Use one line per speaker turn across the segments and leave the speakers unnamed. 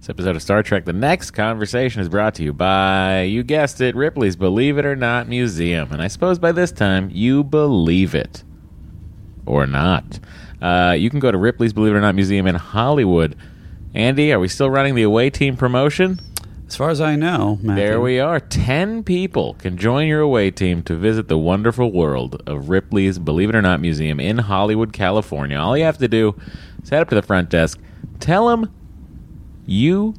This episode of Star Trek The Next Conversation is brought to you by, you guessed it, Ripley's Believe It or Not Museum. And I suppose by this time, you believe it. Or not. Uh, you can go to Ripley's Believe It or Not Museum in Hollywood. Andy, are we still running the away team promotion?
As far as I know, Matthew,
There we are. Ten people can join your away team to visit the wonderful world of Ripley's Believe It or Not Museum in Hollywood, California. All you have to do is head up to the front desk, tell them you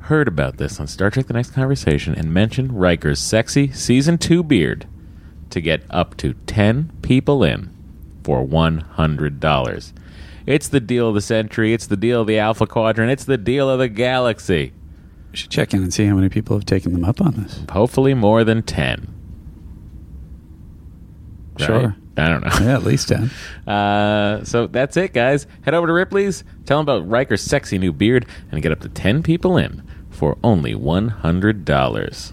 heard about this on Star Trek The Next Conversation, and mention Riker's sexy season two beard to get up to 10 people in for $100. It's the deal of the century, it's the deal of the Alpha Quadrant, it's the deal of the galaxy.
we should check in and see how many people have taken them up on this.
Hopefully, more than 10. Right?
Sure.
I don't know.
Yeah, at least 10.
Uh, so that's it, guys. Head over to Ripley's, tell them about Riker's sexy new beard, and get up to 10 people in for only $100.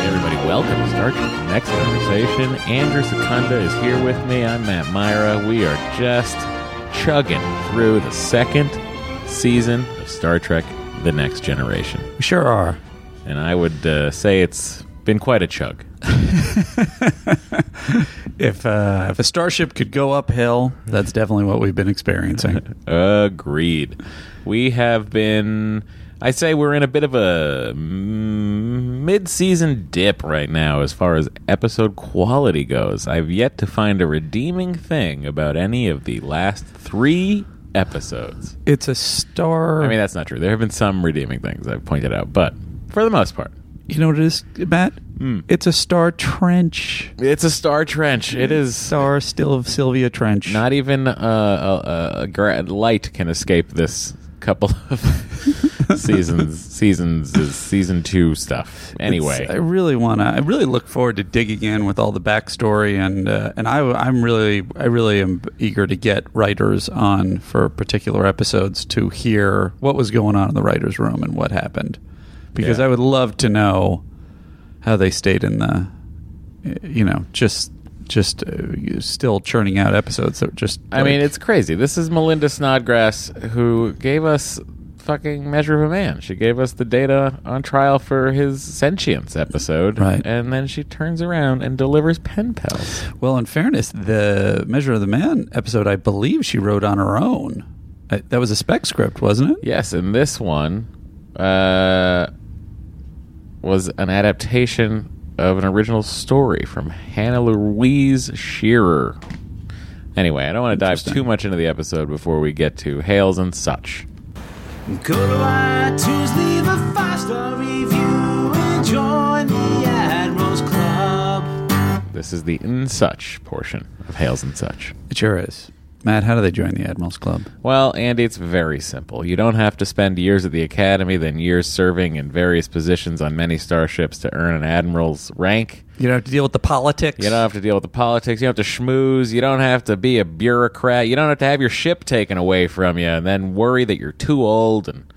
Hey, everybody, welcome to Star Trek The Next Conversation. Andrew Secunda is here with me. I'm Matt Myra. We are just chugging through the second season of Star Trek The Next Generation.
We sure are.
And I would uh, say it's been quite a chug.
If, uh, if a starship could go uphill, that's definitely what we've been experiencing.
Agreed. We have been. I say we're in a bit of a mm, mid-season dip right now as far as episode quality goes. I've yet to find a redeeming thing about any of the last 3 episodes.
It's a star.
I mean, that's not true. There have been some redeeming things I've pointed out, but for the most part,
you know what it is, Matt?
Hmm.
It's a star trench.
it's a star trench. It is
Star still of Sylvia Trench.
Not even uh, a, a, a gra- light can escape this couple of seasons. Seasons is season two stuff. Anyway,
It's- uh, I really want to. I really look forward to digging in with all the backstory and uh, and I, I'm really I really am eager to get writers on for particular episodes to hear what was going on in the writers' room and what happened, because
Yeah.
I would love to know how they stayed in the, you know, just just uh, you- still churning out episodes that were just.
I mean,
like-
it's crazy. This is Melinda Snodgrass who gave us fucking Measure of a Man. She gave us the data on trial for his sentience episode,
Right.
And then she turns around and delivers pen pals.
Well, in fairness, the Measure of the Man episode, I believe she wrote on her own. I, that was a spec script, wasn't it?
Yes, and this one uh, was an adaptation of an original story from Hannah Louise Shearer. Anyway, I don't want to dive
Interesting.
too much into the episode before we get to Hales and such.
Go to iTunes, leave a five-star review, and join the Admirals Club.
This is the in such portion of Hales and such.
It sure is. Matt, how do they join the Admirals Club?
Well, Andy, it's very simple. You don't have to spend years at the academy, then years serving in various positions on many starships to earn an admiral's rank.
You don't have to deal with the politics.
You don't have to deal with the politics. You don't have to schmooze. You don't have to be a bureaucrat. You don't have to have your ship taken away from you and then worry that you're too old and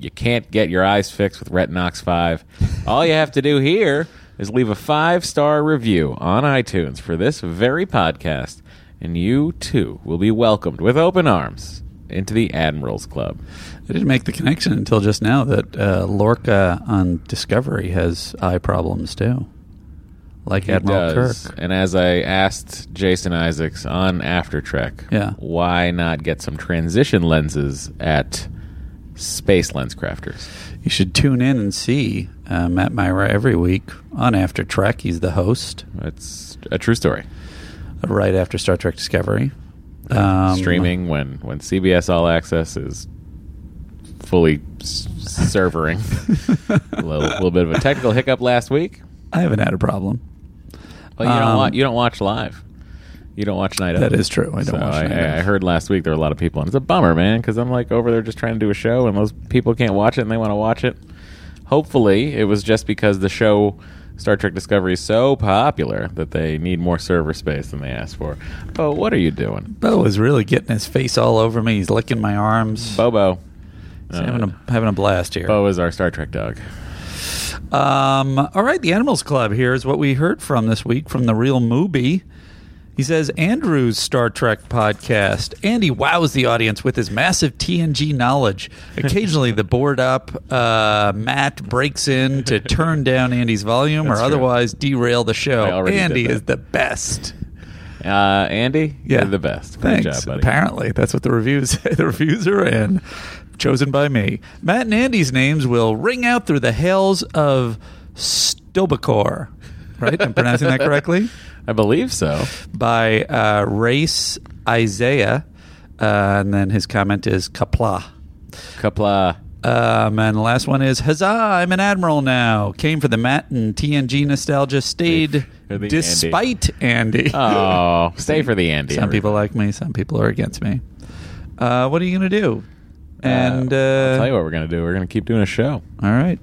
you can't get your eyes fixed with Retinox 5. All you have to do here is leave a five star review on iTunes for this very podcast, and you too will be welcomed with open arms into the Admirals Club.
I didn't make the connection until just now that uh, Lorca on Discovery has eye problems too, like Admiral
does.
Kirk.
And as I asked Jason Isaacs on After Trek,
Yeah.
why not get some transition lenses at Space Lens Crafters?
You should tune in and see uh, Matt Myra every week on After Trek. He's the host
It's a true story.
uh, right after Star Trek Discovery. Um,
streaming when when CBS All Access is fully s- servering. a little, little bit of a technical hiccup last week.
I haven't had a problem.
Well, you
Um,
don't watch, you don't watch live. You don't watch night.
That
Of.
is true. I don't
So
watch Night
I,
Of.
I heard last week there were a lot of people, and it's a bummer, man, because I'm like over there just trying to do a show, and those people can't watch it, and they want to watch it. Hopefully, it was just because the show Star Trek Discovery is so popular that they need more server space than they asked for. But what are you doing,
Bo is really getting his face all over me. He's licking my arms.
Bobo?
He's
Uh,
having a having a blast here.
Bo is our Star Trek dog.
Um, all right, the Animals Club. Here is what we heard from this week from the real Mubi. He says Andrew's Star Trek podcast. Andy wows the audience with his massive TNG knowledge. Occasionally, the board up uh, Matt breaks in to turn down Andy's volume
That's
or
true.
otherwise derail the show.
I already did
Andy
that.
is the best.
Uh, Andy,
Yeah,
you're the best. Great
Thanks.
job, buddy.
Apparently, that's what the reviews say. The reviews are in, chosen by me. Matt and Andy's names will ring out through the hails of Stobacor. Right, I'm pronouncing that correctly.
I believe so.
By uh, Race Isaiah, uh, and then his comment is Kapla.
Kapla.
Um, and the last one is Huzzah! I'm an admiral now. Came for the Matt and TNG nostalgia. Stayed
For the Andy.
despite Andy.
Oh, stay for the Andy.
Some people like me. Some people are against me. Uh, what are you going to do? And uh,
I'll tell you what we're gonna do. We're gonna keep doing a show.
all right.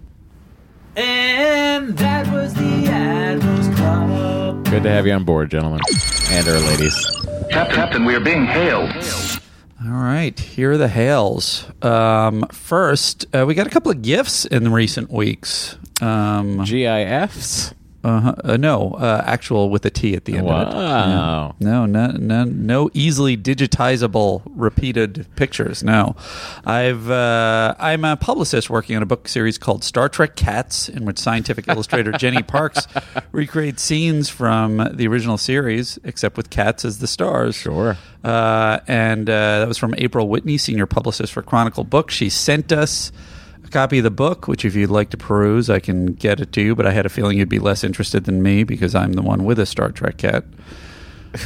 And that was the Admiral's Club.
Good to have you on board, gentlemen and our ladies.
Cap- Captain, we are being hailed.
All right. Here are the hails. Um, first, uh, we got a couple of gifts in recent weeks. Um,
GIFs.
uh, uh, no, uh, actual with a T at the end of it.
Wow.
No, no, no, no easily digitizable repeated pictures. No, I've uh, I'm a publicist working on a book series called Star Trek Cats, in which scientific illustrator Jenny Parks recreates scenes from the original series, except with cats as the stars.
Sure.
Uh, and uh, that was from April Whitney, senior publicist for Chronicle Books. She sent us a copy of the book, which, if you'd like to peruse, I can get it to you. But I had a feeling you'd be less interested than me because I'm the one with a Star Trek cat.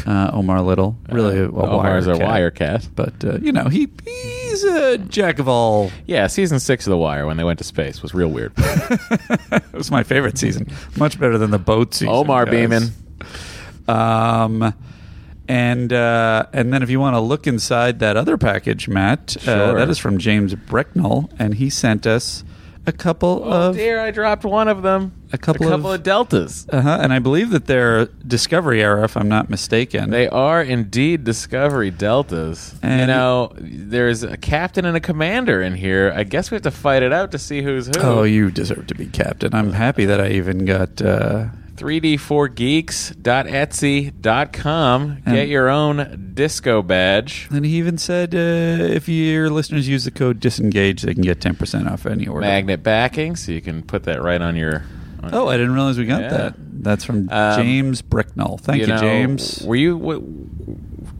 Uh, Omar Little, really a wire
Omar's a
cat.
wire cat.
but uh, you know he he's a jack of all.
Yeah, season six of The Wire when they went to space was real weird.
That was my favorite season, much better than the boat season.
Omar
guys.
Beeman.
Um, and uh, and then if you want to look inside that other package, Matt, uh,
Sure.
that is from James Brecknell, and he sent us a couple
Oh
of
dear, I dropped one of them.
A couple
a couple
of-
of, deltas.
uh-huh, and I believe that they're Discovery era, if I'm not mistaken.
They are indeed Discovery deltas. you
And-
know, there's a captain and a commander in here. I guess we have to fight it out to see who's who.
oh, you deserve to be captain. I'm happy that I even got. Uh,
3d4geeks.etsy.com. Get
And-
your own disco badge.
and he even said uh, if your listeners use the code disengage, they can get 10% off any order.
Magnet backing, so you can put that right on your. on-
Oh, I didn't realize we got
Yeah.
that. That's from
Um,
James Brecknell. Thank you,
know,
James.
Were you? What,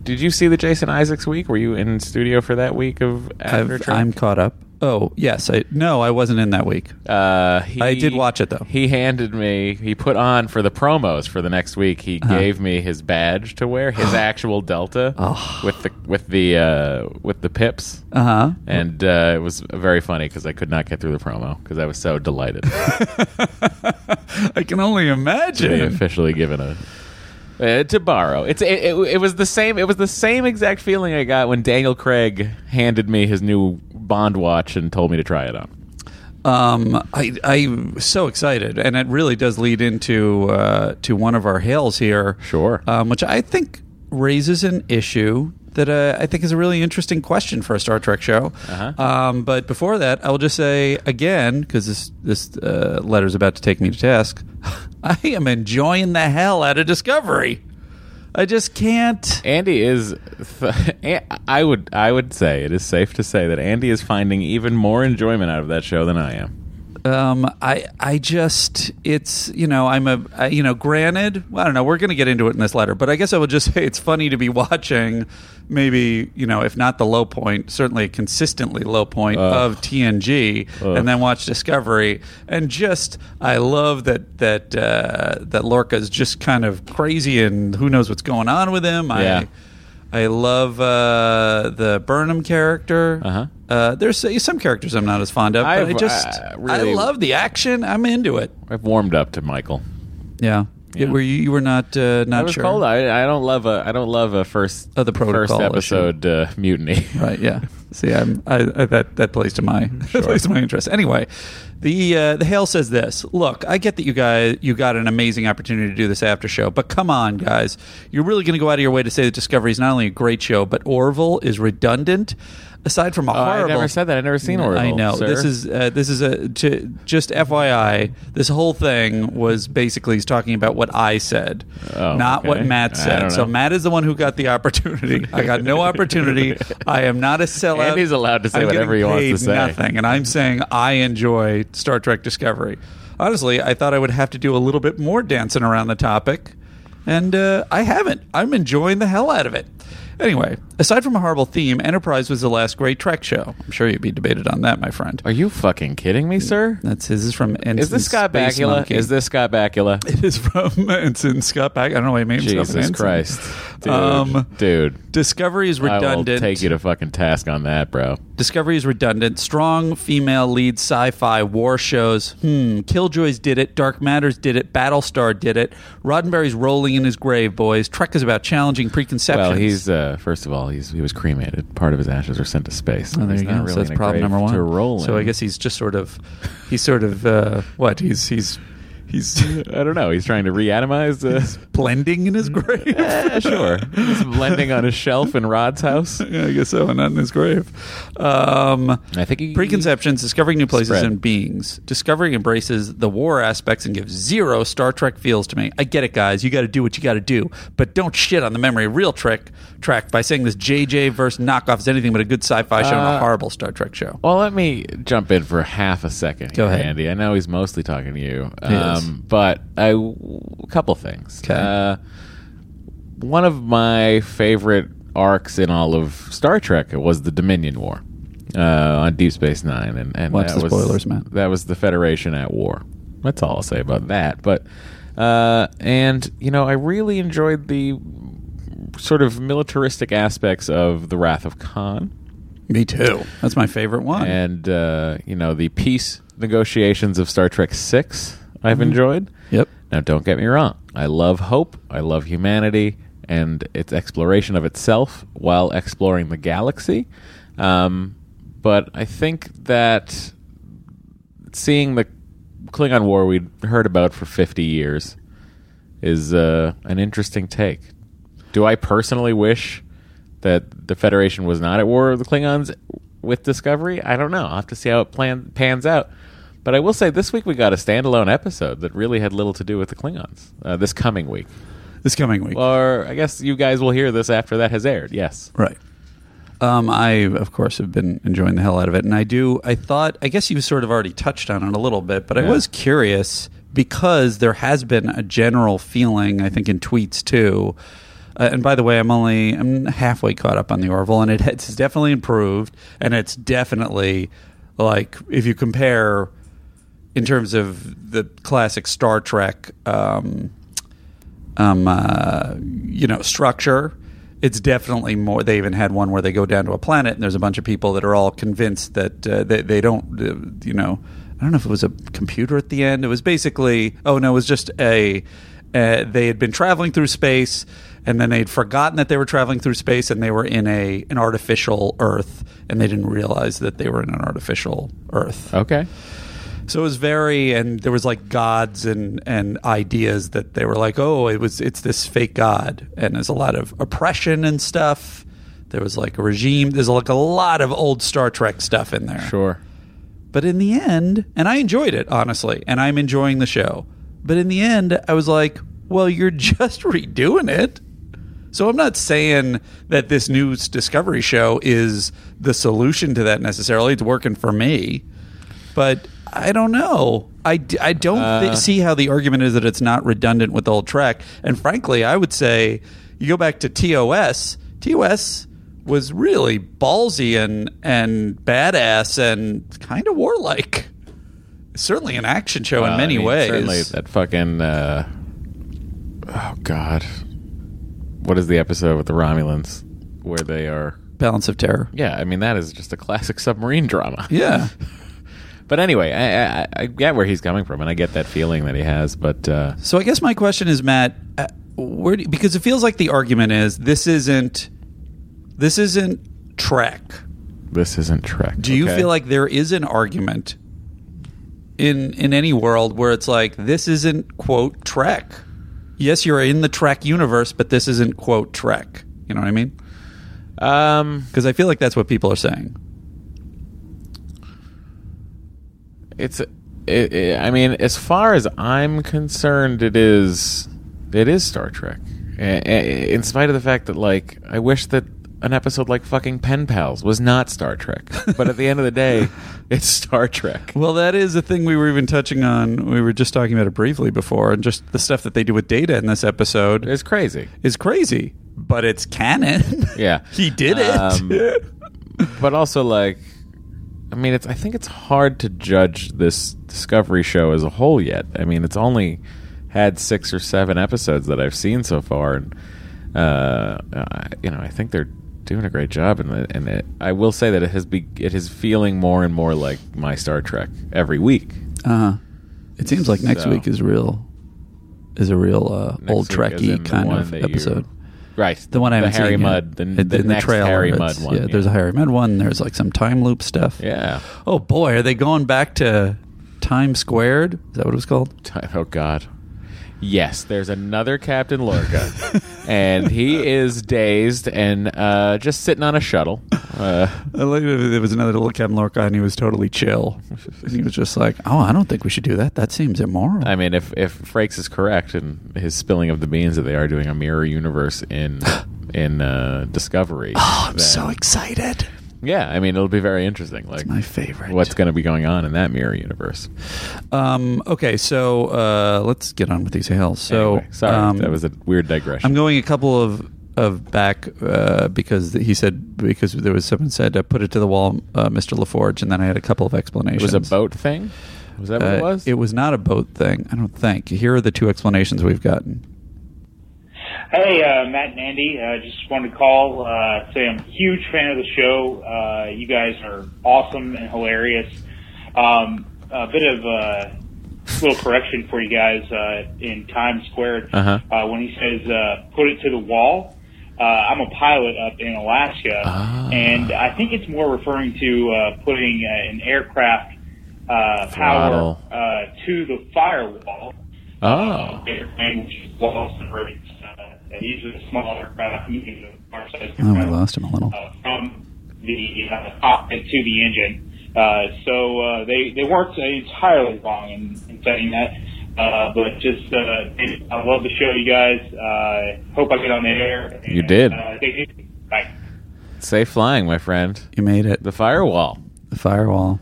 did you see the Jason Isaacs week? Were you in studio for that week of After
I've,
Trek?
I'm caught up. Oh yes, I no, I wasn't in that week.
Uh, he,
I did watch it, though.
He handed me. He put on for the promos for the next week. He
Uh-huh.
gave me his badge to wear, his actual Delta
Oh.
with the with the uh, with the pips.
Uh huh.
and uh, it was very funny because I could not get through the promo because I was so delighted to
I can only
be
imagine.
officially given a uh, to borrow. It's it, it, it was the same. It was the same exact feeling I got when Daniel Craig handed me his new Bond watch and told me to try it on.
Um, I I'm so excited, and it really does lead into uh, to one of our hails here.
Sure.
Um, which I think raises an issue that uh, I think is a really interesting question for a Star Trek show.
Uh-huh.
Um, but before that, I will just say again because this this uh, letter is about to take me to task. I am enjoying the hell out of Discovery. I just can't.
Andy is. Th- A- I would I would say it is safe to say that Andy is finding even more enjoyment out of that show than I am.
Um, I I just it's you know I'm a I, you know granted I don't know we're gonna get into it in this letter but I guess I would just say it's funny to be watching maybe you know if not the low point certainly a consistently low point
Ugh.
of TNG
Ugh.
and then watch Discovery and just I love that that uh, that Lorca's just kind of crazy and who knows what's going on with him
Yeah.
I I love uh, the Burnham character.
Uh-huh.
Uh, There's some characters I'm not as fond of, but i
I've,
just
uh, really-
I love the action. I'm into it.
I've warmed up to Michael.
Yeah. It- were you, you were not uh, not
I was
sure?
cold. I, I don't love a I don't love a first
Oh, the protocol
first
issue.
episode uh, mutiny.
Right. Yeah. See, I'm, I, I that that plays to my
Mm-hmm.
that plays to my interest. Anyway, the uh, the Hale says this. Look, I get that you guys you got an amazing opportunity to do this after show, but come on, guys, you're really going to go out of your way to say that Discovery is not only a great show, but Orville is redundant. Aside from a
Uh, I
horrible,
never said that. I've never seen Orville,
I know
sir.
this is uh, this is a to, just FYI. This whole thing was basically he's talking about what I said,
Oh,
not what
okay. I
Matt
don't
said. So
know.
Matt is the one who got the opportunity. I got no opportunity. I am not a sellout.
Andy's allowed to say
I'm getting
whatever he wants to
paid
say.
Nothing, and I'm saying I enjoy Star Trek Discovery. Honestly, I thought I would have to do a little bit more dancing around the topic, and uh, I haven't. I'm enjoying the hell out of it. Anyway, aside from a horrible theme, Enterprise was the last great Trek show. I'm sure you'd be debated on that, my friend.
Are you fucking kidding me, sir?
That's his is from Ensign
Is this Scott
Space
Bakula?
Monkey.
Is this Scott Bakula?
It is from Ensign Scott Bakula. I don't know why he made himself an
Jesus
ensign.
Christ, dude,
Um,
dude.
Discovery is
I will
redundant.
take you to fucking task on that, bro.
Discovery is redundant. Strong female lead sci fi war shows. Hmm. Killjoys did it. Dark Matters did it. Battlestar did it. Roddenberry's rolling in his grave, boys. Trek is about challenging preconceptions.
Well, he's uh, first of all, he's he was cremated. Part of his ashes were sent to space.
Oh, there
He's
you
not
go.
really
so that's
in a grave
problem number one.
To roll in.
So I guess he's just sort of, he's sort of uh, what? He's he's he's
I don't know. He's trying to reatomize. Uh,
blending in his grave.
yeah, sure. He's blending on a shelf in Rod's house.
yeah, I guess so, and not in his grave. Um,
I think he-
preconceptions, discovering new places
Spread.
and beings. Discovery embraces the war aspects and gives zero Star Trek feels to me. I get it, guys. You got to do what you got to do, but don't shit on the memory of real Trek track by saying this JJ verse knockoff is anything but a good sci-fi show and a
Uh,
horrible Star Trek show.
Well, let me jump in for half a second.
Go
here,
ahead.
Andy. I know he's mostly talking to you, um,
He is.
but I- a couple things.
'Kay.
Uh, one of my favorite arcs in all of Star Trek was the Dominion War uh, on Deep Space Nine, and, and
Watch
that
the
was,
spoilers, Matt.
That was the Federation at war. That's all I'll say about that. But uh, and you know, I really enjoyed the sort of militaristic aspects of the Wrath of Khan.
Me too. That's my favorite one.
And uh, you know the peace negotiations of Star Trek Six, I've enjoyed.
Yep.
Now, don't get me wrong. I love hope. I love humanity and its exploration of itself while exploring the galaxy. Um, but I think that seeing the Klingon War we'd heard about for 50 years is uh, an interesting take. Do I personally wish that the Federation was not at war with the Klingons with Discovery? I don't know. I'll have to see how it plan- pans out. But I will say this week we got a standalone episode that really had little to do with the Klingons uh, this coming week.
This coming week.
Or I guess you guys will hear this after that has aired. Yes.
Right. Um, I of course have been enjoying the hell out of it, and I do. I thought, I guess you sort of already touched on it a little bit, but I
Yeah.
was curious because there has been a general feeling, I think, in tweets too. Uh, and by the way, I'm only I'm halfway caught up on the Orville, and it, it's definitely improved, and it's definitely like if you compare in terms of the classic Star Trek, um, um, uh, you know, structure. It's definitely more. They even had one where they go down to a planet and there's a bunch of people that are all convinced that uh, they, they don't, uh, you know, I don't know if it was a computer at the end. It was basically, oh no, it was just a. Uh, they had been traveling through space and then they'd forgotten that they were traveling through space and they were in a an artificial Earth and they didn't realize that they were in an artificial Earth.
Okay.
So it was very, and there was like gods and and ideas that they were like, oh, it was it's this fake god, and there's a lot of oppression and stuff. There was like a regime. There's like a lot of old Star Trek stuff in there.
Sure.
But in the end, and I enjoyed it honestly, and I'm enjoying the show. But in the end, I was like, well, you're just redoing it. So I'm not saying that this new Discovery show is the solution to that necessarily. It's working for me, but I don't know. I, d- I don't
Uh.
thi- see how the argument is that it's not redundant with old Trek. And frankly, I would say you go back to TOS. TOS was really ballsy and and badass and kind of warlike. Certainly an action show
Well,
in many
Uh, I mean,
ways.
Certainly, that fucking. Uh, oh God, what is the episode with the Romulans? where they are.
Balance of Terror.
Yeah, I mean that is just a classic submarine drama.
Yeah.
But anyway, I, I, I get where he's coming from, and I get that feeling that he has. But uh,
So I guess my question is, Matt, uh, where do, because it feels like the argument is this isn't this isn't Trek.
this isn't Trek.
Do you feel like there is an argument in in any world where it's like this isn't quote Trek? Yes, you're in the Trek universe, but this isn't quote Trek. You know what I mean?
Um,
Because I feel like that's what people are saying.
it's. It, it, I mean, as far as I'm concerned, it is. It is Star Trek. A- a- In spite of the fact that, like, I wish that an episode like fucking Pen Pals was not Star Trek. But at the end of the day, it's Star Trek.
Well, that is a thing we were even touching on. We were just talking about it briefly before, and just the stuff that they do with data in this episode.
It's crazy.
is crazy, but it's canon.
Yeah.
he did it.
Um, but also like i mean it's i think it's hard to judge this discovery show as a whole yet i mean it's only had six or seven episodes that i've seen so far and uh, I- you know i think they're doing a great job and it- and it, i will say that it has be it is feeling more and more like my star trek every week
uh, it seems like next
So-
week is real, is a real uh,
Next
old
week, as in
Trekkie
the
kind
one
of
that you-
episode.
right
the one I
the
haven't
harry
seen yet.
mudd the,
It-
the,
in
next
trailer,
harry
it's-
mudd one
Yeah, there's a Harry Mudd one. There's like some time loop stuff.
yeah
Oh boy, are they going back to Time Squared? Is that what it was called?
Time- Oh God. Yes, there's another Captain Lorca, and he is dazed and uh, just sitting on a shuttle. Uh,
I like that there was another little Captain Lorca, and he was totally chill. and he was just like, "Oh, I don't think we should do that. That seems immoral."
I mean, if if Frakes is correct and his spilling of the beans that they are doing a mirror universe in in uh, Discovery,
oh, I'm so excited.
yeah, I mean, it'll be very interesting. Like
My favorite.
what's going to be going on in that mirror universe?
Um, okay, so uh, let's get on with these hails. So
Anyway, sorry,
um,
that was a weird digression.
I'm going a couple of of back uh, because he said because there was someone said uh, put it to the wall, uh, Mr. Laforge, and then I had a couple of explanations.
it was a boat thing. Was that what
Uh,
it was?
It was not a boat thing. I don't think. Here are the two explanations we've gotten.
Hey, uh, Matt and Andy. uh, just wanted to call, uh, say I'm a huge fan of the show. Uh, you guys are awesome and hilarious. Um, a bit of a little correction for you guys uh, in Times Squared
Uh-huh.
uh, when he says uh, "put it to the wall." Uh, I'm a pilot up in Alaska,
Ah.
and I think it's more referring to uh, putting uh, an aircraft uh,
Throttle.
power uh, to the firewall
oh,
and walls and rigs. Uh, and usually the smaller aircraft, usually the large size
Oh,
Mm-hmm.
we lost him a little.
uh, from the uh, cockpit to the engine. Uh, so uh, they they weren't entirely wrong in, in saying that, uh, but just uh, I love the show, you guys. Uh, hope I get on the air.
You did.
Uh, thank you. Bye.
safe flying, my friend.
You made it.
The firewall.
the firewall.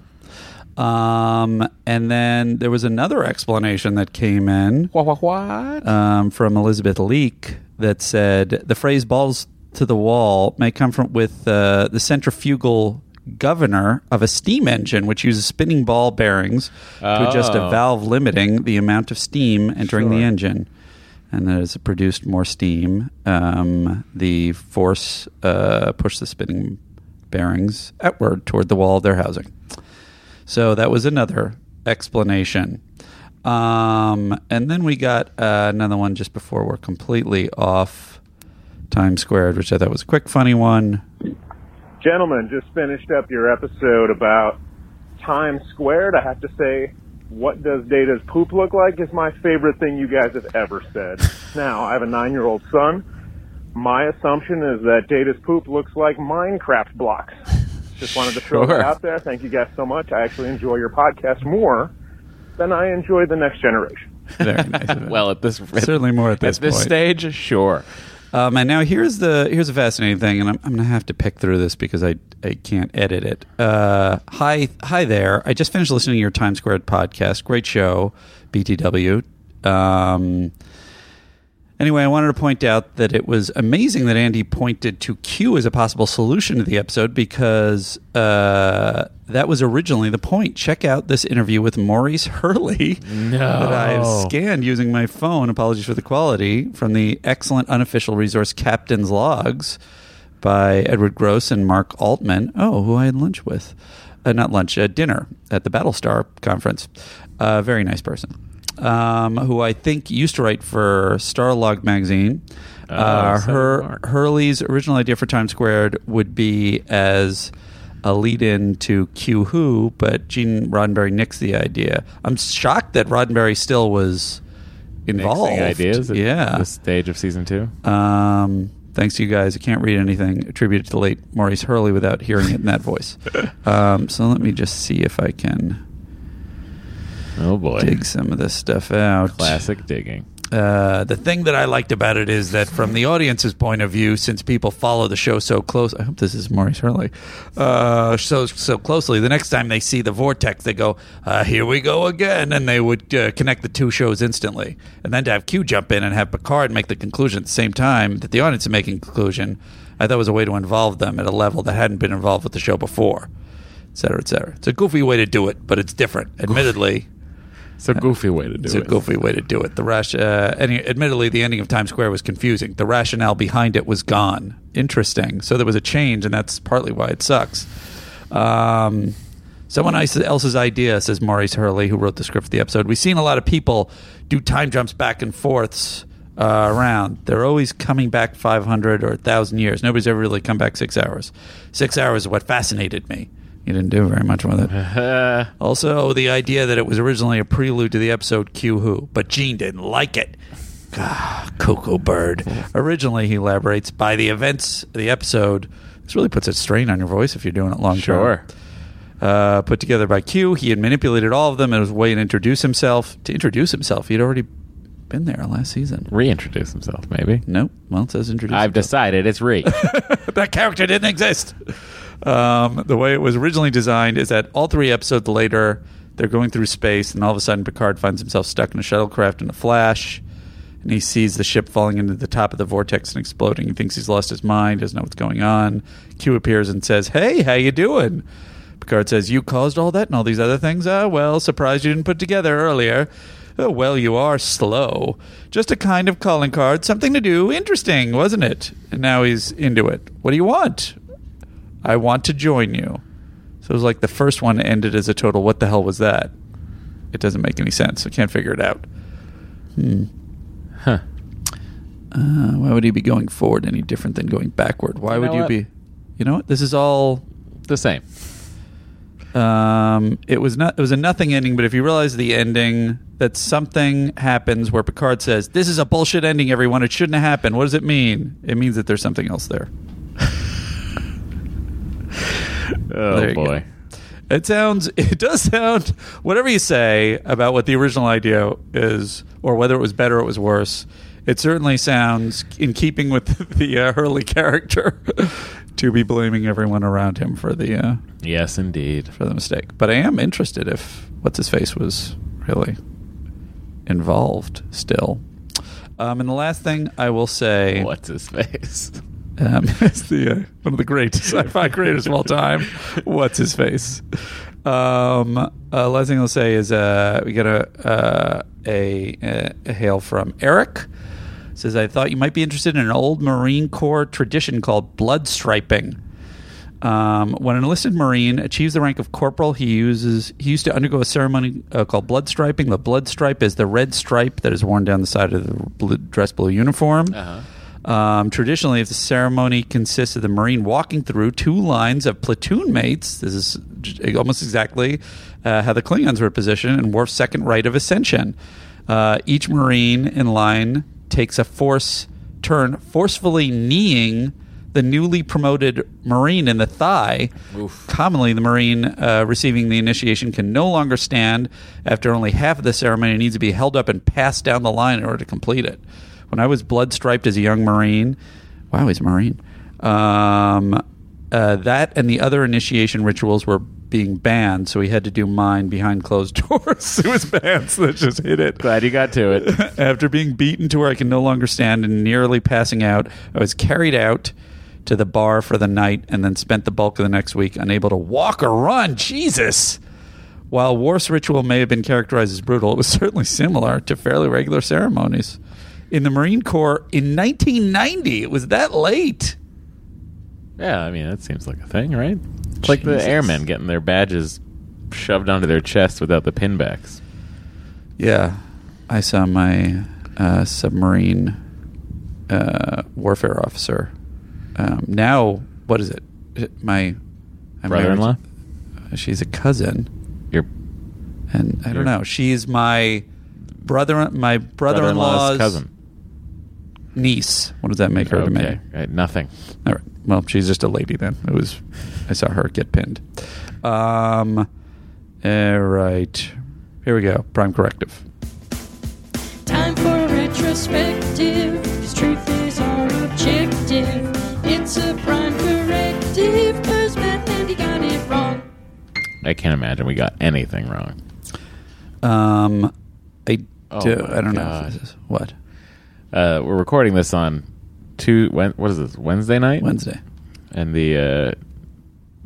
Um, and then there was another explanation that came in.
Wha- wha- What?
um, from Elizabeth Leake that said the phrase "balls to the wall" may come from with uh, the centrifugal governor of a steam engine, which uses spinning ball bearings to adjust a
Oh.
valve limiting the amount of steam entering the
Sure.
engine. And that as it produced more steam, um, the force uh, pushed the spinning bearings outward toward the wall of their housing. So that was another explanation. Um, and then we got uh, another one just before we're completely off Times Squared, which I thought was a quick, funny one.
Gentlemen, just finished up your episode about Times Squared. I have to say, what does Data's poop look like is my favorite thing you guys have ever said. Now, I have a nine year old son. My assumption is that Data's poop looks like Minecraft blocks. Just wanted to throw
Sure.
that out there. Thank you guys so much. I actually enjoy your podcast more than I enjoy The Next Generation.
Very nice. of it.
well, at this
Certainly more at this
at this
point.
stage, sure.
Um, and now here's the here's a fascinating thing, and I'm, I'm gonna have to pick through this because I I can't edit it. Uh, hi hi there. I just finished listening to your Times Squared podcast. Great show, BTW. Um, anyway, I wanted to point out that it was amazing that Andy pointed to Q as a possible solution to the episode because uh, that was originally the point. Check out this interview with Maurice Hurley that I have scanned using my phone. Apologies for the quality from the excellent unofficial resource Captain's Logs, by Edward Gross and Mark Altman. Oh, who I had lunch with. Uh, not lunch, uh, dinner at the Battlestar conference. Uh, very nice person. Um, who I think used to write for Starlog magazine. Uh,
so
her
Oh, Mark.
Hurley's original idea for Times Squared would be as a lead-in to Q Who, but Gene Roddenberry nixed the idea. I'm shocked that Roddenberry still was involved.
Mixing ideas at
yeah.
this stage of season two.
Um, thanks to you guys. I can't read anything attributed to the late Maurice Hurley without hearing it in that voice. Um, so let me just see if I can
Oh boy,
dig some of this stuff out.
classic digging.
Uh, the thing that I liked about it is that from the audience's point of view, since people follow the show so close, I hope this is Maurice Hurley, uh, so so closely. The next time they see the vortex, they go, uh, "Here we go again," and they would uh, connect the two shows instantly. And then to have Q jump in and have Picard make the conclusion at the same time that the audience is making conclusion, I thought was a way to involve them at a level that hadn't been involved with the show before, et cetera, et cetera. It's a goofy way to do it, but it's different. Admittedly.
It's a goofy way to do
It's
it.
a goofy way to do it. The rash, uh, any, admittedly, the ending of Times Square was confusing. The rationale behind it was gone. Interesting. So there was a change, and that's partly why it sucks. Um, someone else- else's idea says Maurice Hurley, who wrote the script for the episode. We've seen a lot of people do time jumps back and forths uh, around. They're always coming back 500 or 1,000 years. Nobody's ever really come back six hours. Six hours is what fascinated me. You didn't do very much with it.
Uh,
Also, the idea that it was originally a prelude to the episode Q Who, but Gene didn't like it. Ah, cuckoo bird. Originally, he elaborates by the events of the episode. This really puts a strain on your voice if you're doing it long term
Sure.
uh, put together by Q. He had manipulated all of them and was way to introduce himself. To introduce himself, he had already been there last season.
Reintroduce himself, maybe.
Nope. Well, it says introduce.
I've decided it's re.
that character didn't exist. Um, the way it was originally designed is that all three episodes later, they're going through space, and all of a sudden, Picard finds himself stuck in a shuttlecraft in a flash, and he sees the ship falling into the top of the vortex and exploding. He thinks he's lost his mind, doesn't know what's going on. Q appears and says, "Hey, how you doing?" Picard says, "You caused all that and all these other things. Ah, well, surprised you didn't put together earlier." Oh, well, you are slow. Just a kind of calling card, something to do. Interesting, wasn't it? And now he's into it. What do you want? I want to join you. So it was like the first one ended as a total. What the hell was that? It doesn't make any sense. I can't figure it out.
Huh.
Uh, why would he be going forward any different than going backward? Why
You
would
know
you
what?
be? You know what? This is all
The same.
Um, it was not. It was a nothing ending. But if you realize the ending, that something happens where Picard says, "This is a bullshit ending, everyone. It shouldn't have happened." What does it mean? It means that there's something else there.
Oh
There you
boy.
It sounds. It does sound. Whatever you say about what the original idea is, or whether it was better or it was worse, it certainly sounds in keeping with the uh, Hurley character to be blaming everyone around him for the uh,
Yes, indeed.
for the mistake. But I am interested if what's his face was really involved still. Um, and the last thing I will say
What's his face?
um, is the uh, one of the great sci-fi creators of all time. What's his face? Um, uh, last thing I'll say is uh, we got a, uh, a a hail from Eric. Says I thought you might be interested in an old Marine Corps tradition called blood striping. Um, when an enlisted Marine achieves the rank of corporal, he uses he used to undergo a ceremony uh, called blood striping. The blood stripe is the red stripe that is worn down the side of the blue, dress blue uniform. Um, traditionally, if the ceremony consists of the Marine walking through two lines of platoon mates, this is j- almost exactly uh, how the Klingons were positioned in Worf's second right of ascension. Uh, each Marine in line takes a force turn, forcefully kneeing the newly promoted Marine in the thigh. Commonly, the Marine uh, receiving the initiation can no longer stand after only half of the ceremony and needs to be held up and passed down the line in order to complete it. When I was blood striped as a young Marine, wow, he's a Marine. Um, uh, that and the other initiation rituals were being banned, so he had to do mine behind closed doors. it was banned, so let's just hit it.
Glad you got to it.
After being beaten to where I can no longer stand and nearly passing out, I was carried out to the bar for the night and then spent the bulk of the next week unable to walk or run. Jesus! While War's ritual may have been characterized as brutal, it was certainly similar to fairly regular ceremonies. In the Marine Corps in 1990, it was that late.
Yeah, I mean that seems like a thing, right? It's like the airmen getting their badges shoved onto their chest without the pinbacks.
Yeah, I saw my uh, submarine uh, warfare officer. Um, now, what is it? It- My I'm
Brother-in-law,
married- She's a cousin,
your
and I don't know. She's my brother. My brother-in-law's,
brother-in-law's cousin.
niece. What does that make her to me?
Okay, right, nothing.
All right. Well, she's just a lady then. It was I saw her get pinned. Um all right. Here we go. Prime corrective.
Time for a retrospective, 'cause truth is our objective. It's a prime corrective, cause Matt and Andy got it wrong.
I can't imagine we got anything wrong.
Um I do,
Oh my
I don't know
God.
if this is what?
Uh, we're recording this on two. When, what is this? Wednesday night,
Wednesday.
and the uh,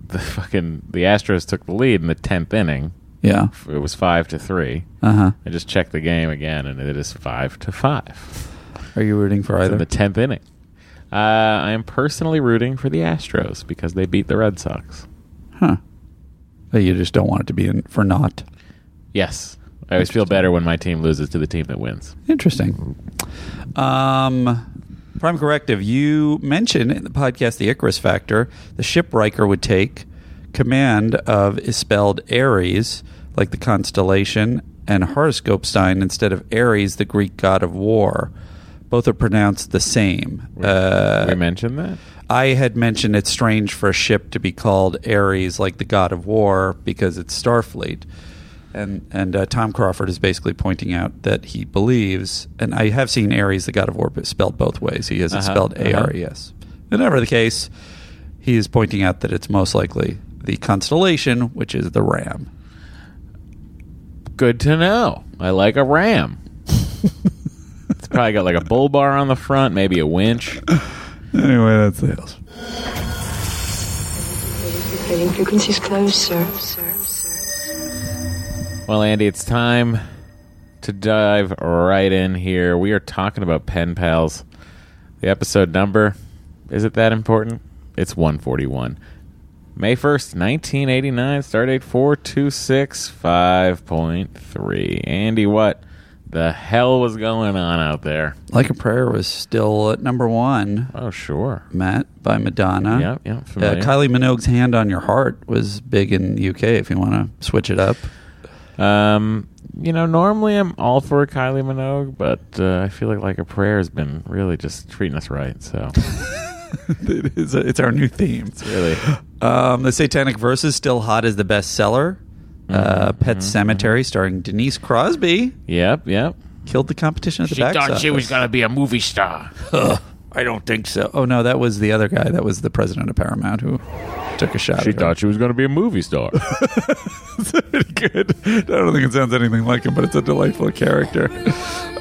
the fucking the Astros took the lead in the tenth inning.
Yeah.
It was five to three.
Uh-huh.
I just checked the game again, and it is five to five
Are you rooting for
in
either?
the tenth inning. Uh, I am personally rooting for the Astros because they beat the Red Sox.
huh. Oh, You just don't want it to be in for naught.
Yes, I always feel better when my team loses to the team that wins.
Interesting. Um, Prime Corrective, you mentioned in the podcast the Icarus Factor. The shipwricker would take command of is spelled Aries, like the constellation, and horoscope sign instead of Aries, the Greek god of war. Both are pronounced the same. Uh,
Did we mention that?
I had mentioned it's strange for a ship to be called Ares, like the god of war, because it's Starfleet. And and uh, Tom Crawford is basically pointing out that he believes, and I have seen Ares, the god of war, but spelled both ways. He has it
Uh-huh,
spelled
uh-huh.
A R E S. Whatever the case, he is pointing out that it's most likely the constellation, which is the Ram.
Good to know. I like a ram. it's probably got like a bull bar on the front, maybe a winch.
Anyway, that's it.
Getting frequencies closed, sir.
Well, Andy, it's time to dive right in here. We are talking about pen pals. The episode number is it that important? It's 141. May 1st, 1989, stardate 4265.3. Andy, what the hell was going on out there?
Like a Prayer was still at number one,
Oh, sure.
Matt, by Madonna.
Yeah, yeah,
Uh,
familiar.
Kylie Minogue's "Hand on Your Heart" was big in the UK. If you want to switch it up,
Um, you know, normally I'm all for Kylie Minogue, but uh, I feel like like a prayer has been really just treating us right. So
it is a, it's our new theme.
really,
Um, the Satanic Verses still hot as the bestseller. Uh, Pet Cemetery, starring Denise Crosby,
yep, yep.
killed the competition at the back.
gonna be a movie star.
I don't think so. Oh no, that was the other guy. That was the president of Paramount who took a shot.
She
at her.
thought she was gonna be a movie star.
pretty good. I don't think it sounds anything like him, but it's a delightful character.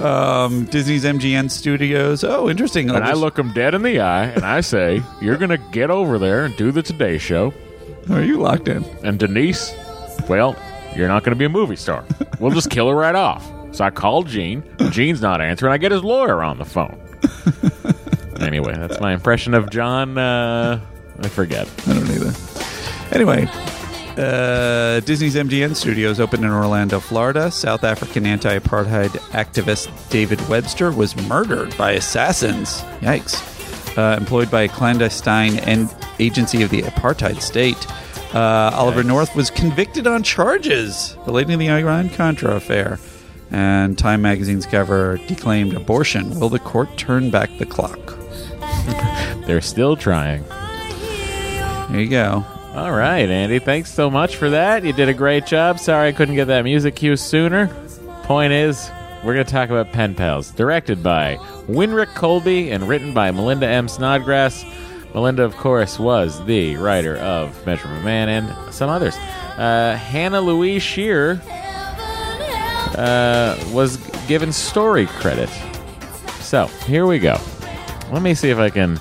Um, Disney's MGM Studios. Oh, interesting.
and I look him dead in the eye and I say, "You're gonna get over there and do the Today Show."
Are you locked in?
And Denise, well, you're not gonna be a movie star. We'll just kill her right off. So I call Gene. Gene's not answering. I get his lawyer on the phone. anyway, that's my impression of John. Uh, I forget.
I don't either. Anyway, uh, Disney's MGM Studios opened in Orlando, Florida. South African anti apartheid activist David Webster was murdered by assassins. Yikes. Uh, employed by a clandestine and agency of the apartheid state. Uh, Oliver North was convicted on charges relating to the Iran Contra affair. And Time magazine's cover declaimed abortion. Will the court turn back the clock?
They're still trying.
There you go.
All right, Andy. Thanks so much for that. You did a great job. Sorry I couldn't get that music cue sooner. Point is, we're going to talk about Pen Pals, directed by Winrick Colby and written by Melinda M. Snodgrass. Melinda, of course, was the writer of Measure of a Man and some others. Uh, Hannah Louise Shearer uh, was given story credit. So here we go. Let me see if I can.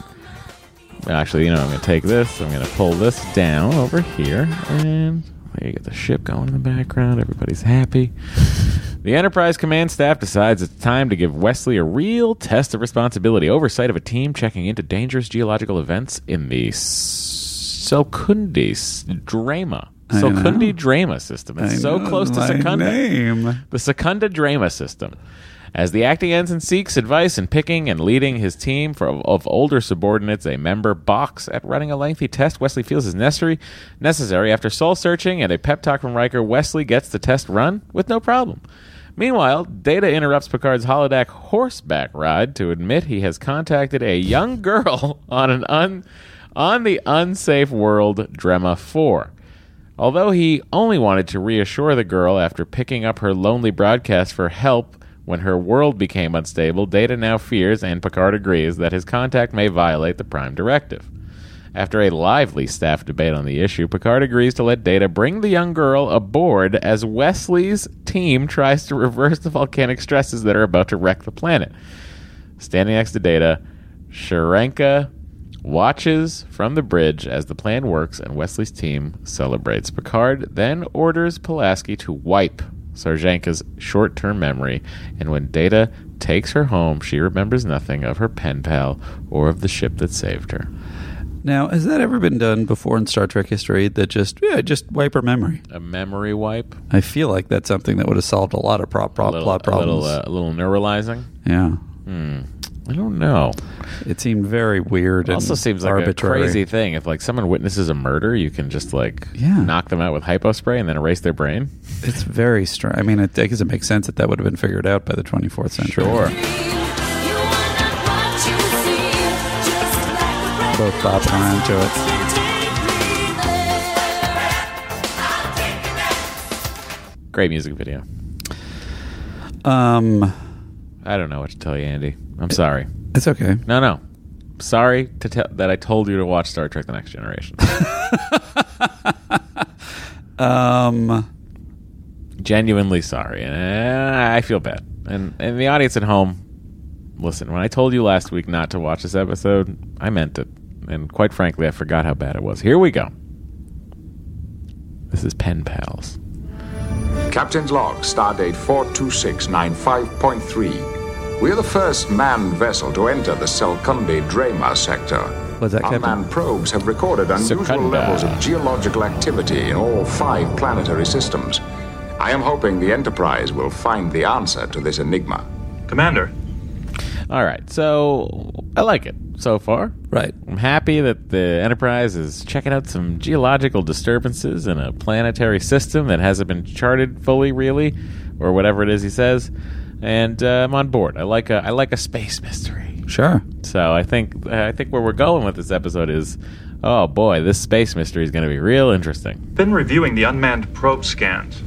Actually, you know, I'm going to take this. I'm going to pull this down over here. And there you get the ship going in the background. Everybody's happy. The Enterprise command staff decides it's time to give Wesley a real test of responsibility, oversight of a team checking into dangerous geological events in the Selkundi s- Drama.
I know.
Selkundi Drama system. It's
I
so
know
close to
my
Secunda.
name.
The Secunda Drama system. As the acting ensign seeks advice in picking and leading his team for, of older subordinates, a member balks at running a lengthy test Wesley feels is necessary. Necessary after soul searching and a pep talk from Riker, Wesley gets the test run with no problem. Meanwhile, Data interrupts Picard's holodeck horseback ride to admit he has contacted a young girl on an un, on the unsafe world Drema Four. Although he only wanted to reassure the girl after picking up her lonely broadcast for help when her world became unstable, Data now fears, and Picard agrees, that his contact may violate the Prime Directive. After a lively staff debate on the issue, Picard agrees to let Data bring the young girl aboard as Wesley's team tries to reverse the volcanic stresses that are about to wreck the planet. Standing next to Data, Sharenka watches from the bridge as the plan works and Wesley's team celebrates. Picard then orders Pulaski to wipe Sarjanka's short term memory, and when Data takes her home, she remembers nothing of her pen pal or of the ship that saved her.
Now, has that ever been done before in Star Trek history? That just yeah, just wipe her memory.
A memory wipe?
I feel like that's something that would have solved a lot of prop,
A
prop,
little,
plot
a little,
problems.
uh, a little neuralizing?
yeah,
Hmm. I don't know.
it seemed very weird.
It also
and
seems like
arbitrary.
a crazy thing. If like someone witnesses a murder, you can just like
Yeah.
knock them out with hypo spray and then erase their brain.
It's very strange. I mean, I guess it makes sense that that would have been figured out by the 24th century. Both bops are into it.
Great music video.
Um,
I don't know what to tell you, Andy. I'm sorry.
it's okay.
No, no. Sorry to tell that I told you to watch Star Trek: The Next Generation.
Um,
Genuinely sorry, and uh, I feel bad. And and the audience at home, listen. When I told you last week not to watch this episode, I meant it. And quite frankly, I forgot how bad it was. Here we go. This is Pen Pals.
Captain's log, stardate 42695.3. We're the first manned vessel to enter the Selkundi Drama sector.
What's that, Captain?
Unmanned probes have recorded unusual
Secunda.
levels of geological activity in all five planetary systems. I am hoping the Enterprise will find the answer to this enigma.
Commander,
All right, so I like it so far.
right.
I'm happy that the Enterprise is checking out some geological disturbances in a planetary system that hasn't been charted fully, really, or whatever it is he says. And uh, I'm on board. I like a I like a space mystery.
Sure.
So I think I think where we're going with this episode is, oh boy, this space mystery is going to be real interesting.
been reviewing the unmanned probe scans.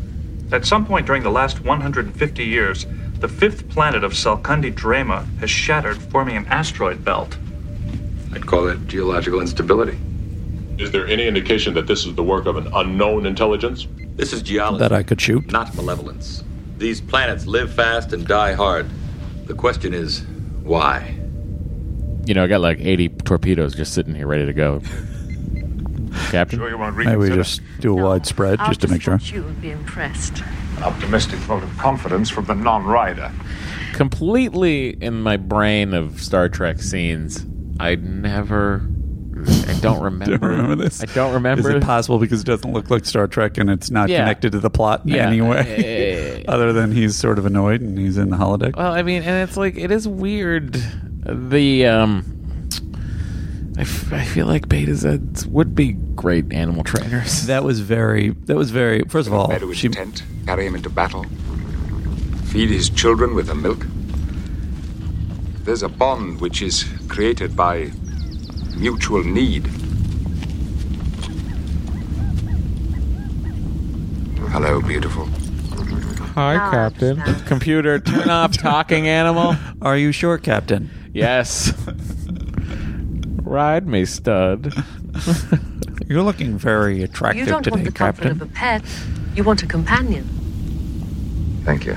At some point during the last 150 years, the fifth planet of Salkundi Drama has shattered, forming an asteroid belt.
I'd call it geological instability.
Is there any indication that this is the work of an unknown intelligence?
This is geology,
That I could shoot.
not malevolence. These planets live fast and die hard. The question is, why?
You know, I got like 80 torpedoes just sitting here ready to go. Captain,
Sure, you want to
Maybe we
reconsider?
just do a wide spread just to make sure.
You would be impressed.
An optimistic vote of confidence from the non-rider.
completely in my brain of Star Trek scenes. I never, I don't remember.
Don't remember this.
I don't remember.
Is it possible because it doesn't look like Star Trek and it's not
Yeah.
connected to the plot in
Yeah.
any way,
Eh,
other than he's sort of annoyed and he's in the holodeck?
well, I mean, and it's like it is weird. The um, I, f- I feel like Beta Zeds would be great animal trainers.
That was very. That was very. First
Oh,
of all,
Better with
she,
intent, carry him into battle, feed his children with the milk. There's a bond which is created by mutual need. Hello, beautiful.
Hi, Captain. Computer, turn off talking animal.
are you sure, Captain?
Yes. Ride me, stud.
You're looking very attractive today, Captain.
pet. You want a companion.
Thank you.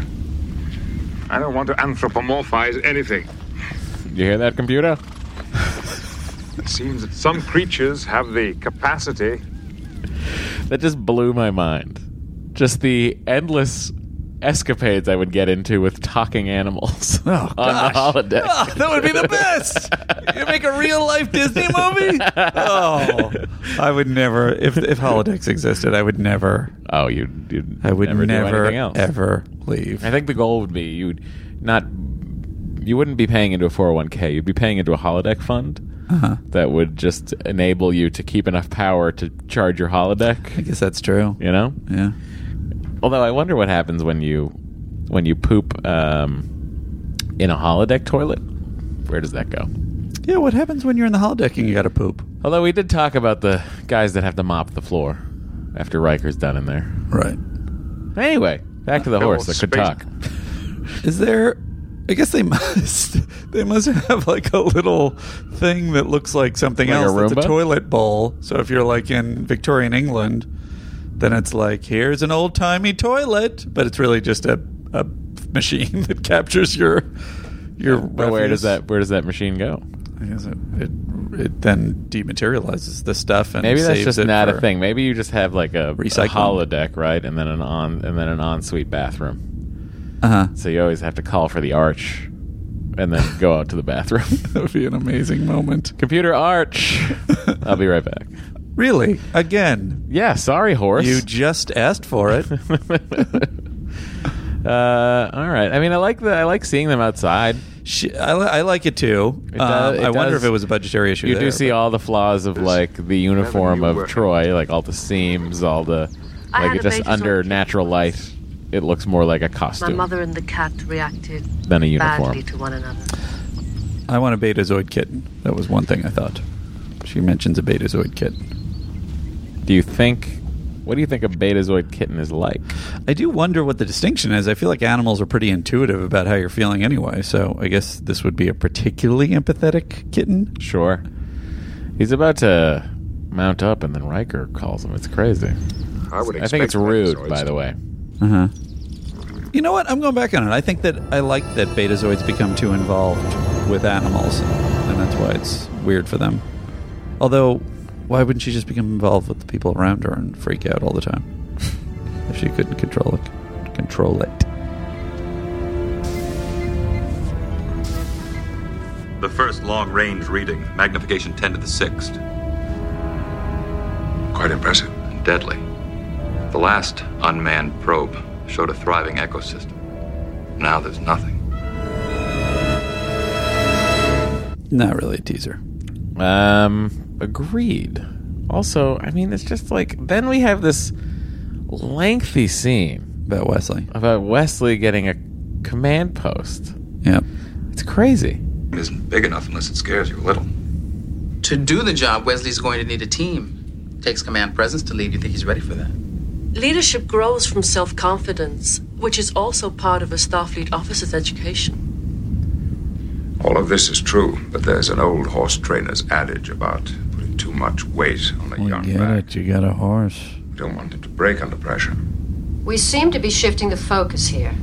I don't want to anthropomorphize anything.
You hear that, computer?
It seems that some creatures have the capacity
That just blew my mind. Just the endless escapades I would get into with talking animals on
Oh, gosh.
the holiday.
Oh, that would be the best. You make a real life Disney movie? Oh, I would never. If if holodecks existed, I would never.
Oh, you. would
I would never,
do anything else.
ever leave.
I think the goal would be you'd not you wouldn't be paying into a 401k. You'd be paying into a holodeck fund
Uh-huh.
that would just enable you to keep enough power to charge your holodeck.
I guess that's true.
You know?
Yeah.
Although I wonder what happens when you when you poop um, in a holodeck toilet. Where does that go?
Yeah, what happens when you're in the holodeck and you got to poop?
Although we did talk about the guys that have to mop the floor after Riker's done in there.
Right.
Anyway, back to the horse that could talk.
Is there? I guess they must. They must have like a little thing that looks like something
Like a
else. It's a
Roomba?
toilet bowl. So if you're like in Victorian England, then it's like here's an old timey toilet, but it's really just a, a machine that captures your your.
But where
refuse.
does that where does that machine go?
I guess it, it it then dematerializes the stuff and
Maybe that's
saves
just
it
not a
for-
thing. Maybe you just have like a, a
Recycling.
holodeck, right, and then an on and then an ensuite bathroom.
Uh-huh.
So you always have to call for the arch, and then go out to the bathroom.
That would be an amazing moment.
Computer arch. I'll be right back.
Really? Again?
Yeah. Sorry, horse.
You just asked for it.
uh, all right. I mean, I like the I like seeing them outside.
She, I, li- I like it too.
It
Um,
does- it
I wonder
does-
if it was a budgetary issue.
You
there,
do see all the flaws of like the uniform of Troy, like all the seams, all the
I
like
had
it
a
just
major
under natural light. It looks more like a
My
costume.
mother and the cat reacted
Than a uniform.
badly to one another.
but I want a betazoid kitten. That was one thing I thought. She mentions a betazoid kitten.
Do you think? What do you think a betazoid kitten is like?
I do wonder what the distinction is. I feel like animals are pretty intuitive about how you're feeling anyway. So I guess this would be a particularly empathetic kitten.
Sure. He's about to mount up, and then Riker calls him. It's crazy.
I would
I think
expect
it's rude,
betazoids.
by the way.
Uh huh. You know what? I'm going back on it. I think that I like that betazoids become too involved with animals, and that's why it's weird for them. Although, why wouldn't she just become involved with the people around her and freak out all the time if she couldn't control it? Control it.
The first long range reading, magnification 10 to the sixth.
Quite impressive.
Deadly. The last unmanned probe showed a thriving ecosystem. Now there's nothing.
Not really a teaser.
Um, agreed. Also, I mean, it's just like then we have this lengthy scene
About Wesley.
about Wesley getting a command post.
Yep.
It's crazy.
It isn't big enough unless it scares you a little.
To do the job, Wesley's going to need a team. Takes command presence to lead. You think he's ready for that?
Leadership grows from self confidence, which is also part of a Starfleet officer's education.
All of this is true, but there's an old horse trainer's adage about putting too much weight on a young man.
it. You got a horse.
We don't want him to break under pressure.
We seem to be shifting the focus here.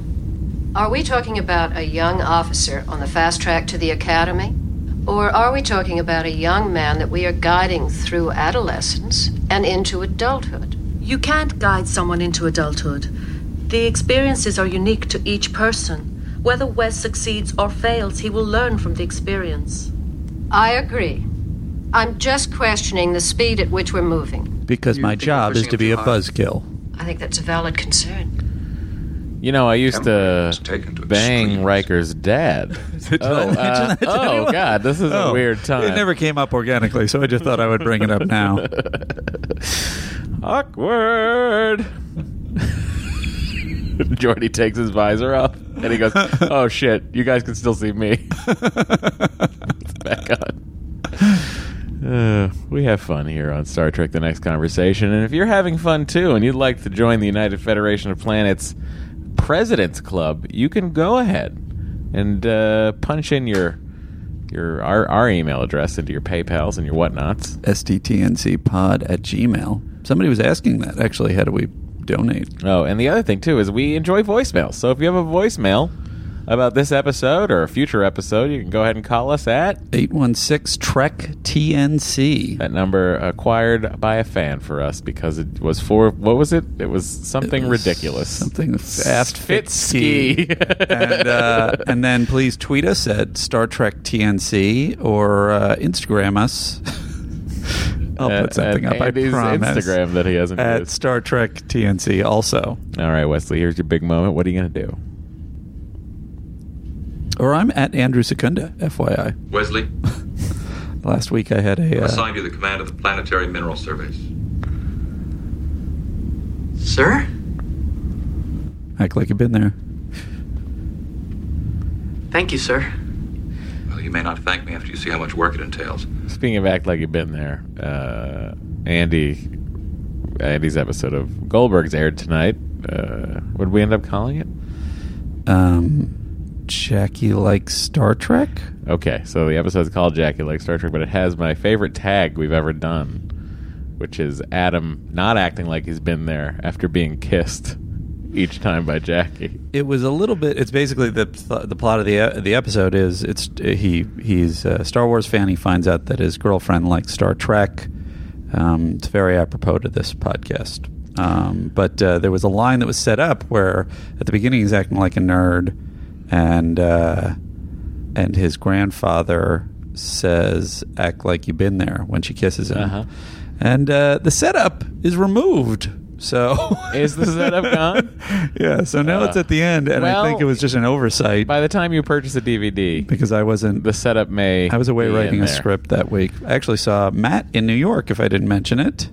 Are we talking about a young officer on the fast track to the academy? Or are we talking about a young man that we are guiding through adolescence and into adulthood?
You can't guide someone into adulthood. The experiences are unique to each person. Whether Wes succeeds or fails, he will learn from the experience.
I agree. I'm just questioning the speed at which we're moving.
Because my job is to be a buzzkill.
I think that's a valid concern.
You know, I used to bang Riker's dad. oh,
mention
uh,
that to
oh,
anyone?
God, this is a
Oh,
weird time.
It never came up organically, so I just thought I would bring it up now.
Awkward. Jordy takes his visor off and he goes, "Oh shit, you guys can still see me." It's back on. Uh, we have fun here on Star Trek: The Next Conversation, and if you're having fun too, and you'd like to join the United Federation of Planets Presidents Club, you can go ahead and uh, punch in your your our, our email address into your PayPal's and your whatnots.
sttncpod at gmail. Somebody was asking that actually. How do we donate?
Oh, and the other thing too is we enjoy voicemails. So if you have a voicemail, about this episode or a future episode, you can go ahead and call us at
816 Trek TNC.
That number acquired by a fan for us because it was for, what was it? It was something ridiculous.
Something fast
Fitski.
and, uh, and then please tweet us at Star Trek TNC or uh, Instagram us. I'll
At-
put something
at
up. I
Andy's
promise.
Instagram that he hasn't
At
used.
Star Trek TNC. Also,
All right, Wesley, here's your big moment. What are you going to do?
or I'm at Andrew Secunda. FYI.
Wesley,
Last week I had
I
a. Uh,
assigned you the command of the planetary mineral surveys.
Sir?
act like you've been there.
Thank you, sir.
Well, you may not thank me after you see how much work it entails.
Speaking of act like you've been there, uh, Andy, Andy's episode of Goldberg's aired tonight. Uh, what did we end up calling it?
Um, Jackie likes Star Trek.
Okay, so the episode's called Jackie Like Star Trek, but it has my favorite tag we've ever done, which is Adam not acting like he's been there after being kissed each time by Jackie.
It was a little bit. It's basically the the plot of the the episode is it's he he's a Star Wars fan. He finds out that his girlfriend likes Star Trek. Um, it's very apropos to this podcast. Um, but uh, there was a line that was set up where at the beginning he's acting like a nerd, and uh, and his grandfather says, "Act like you've been there" when she kisses him,
Uh-huh.
and uh, the setup is removed. So
Is the setup gone?
yeah, so now
Uh,
it's at the end, and
well,
I think it was just an oversight
By the time you purchase a DVD,
because I wasn't.
the setup may.
I was away
be
writing
in
a
there.
script that week. I actually saw Matt in New York. If I didn't mention it,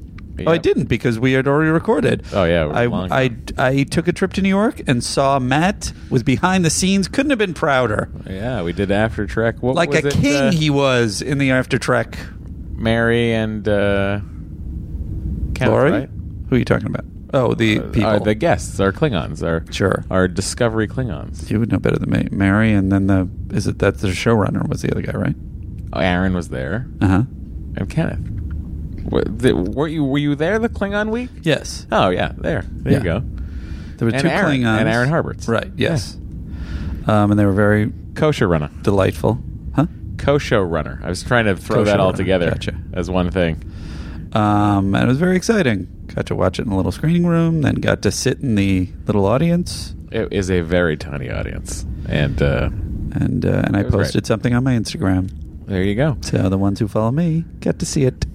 oh, I
Yep.
didn't because we had already recorded.
Oh, yeah, it was
I,
long
I I took a trip to New York and saw Matt was behind the scenes. Couldn't have been prouder.
Yeah, we did After Trek. What
like
was
a
it,
king,
uh,
he was in the after trek.
Mary and uh, Kenneth,
Lori?
right?
Who are you talking about? Oh, the
Uh,
people.
Our, the guests, our Klingons, our
sure,
our Discovery Klingons.
you would know better than me. Mary, and then the is it that's the showrunner was the other guy, right?
Oh, Aaron was there,
Uh huh.
and Kenneth. Were, the, were you were you there the Klingon week?
Yes.
Oh yeah, there, there
Yeah.
you go.
There were
And
two
Aaron-
Klingons
and Aaron Harberts.
Right. Yes. Um, and they were very
Kosher runner,
delightful. Huh?
kosher runner. I was trying to throw that
Kosher
all
runner,
together
gotcha.
as one thing.
Um, and it was very exciting. Got to watch it in a little screening room, then got to sit in the little audience,
It is a very tiny audience, and uh,
and uh, and I
It was
posted something on my Instagram.
there you go.
So the ones who follow me get to see it.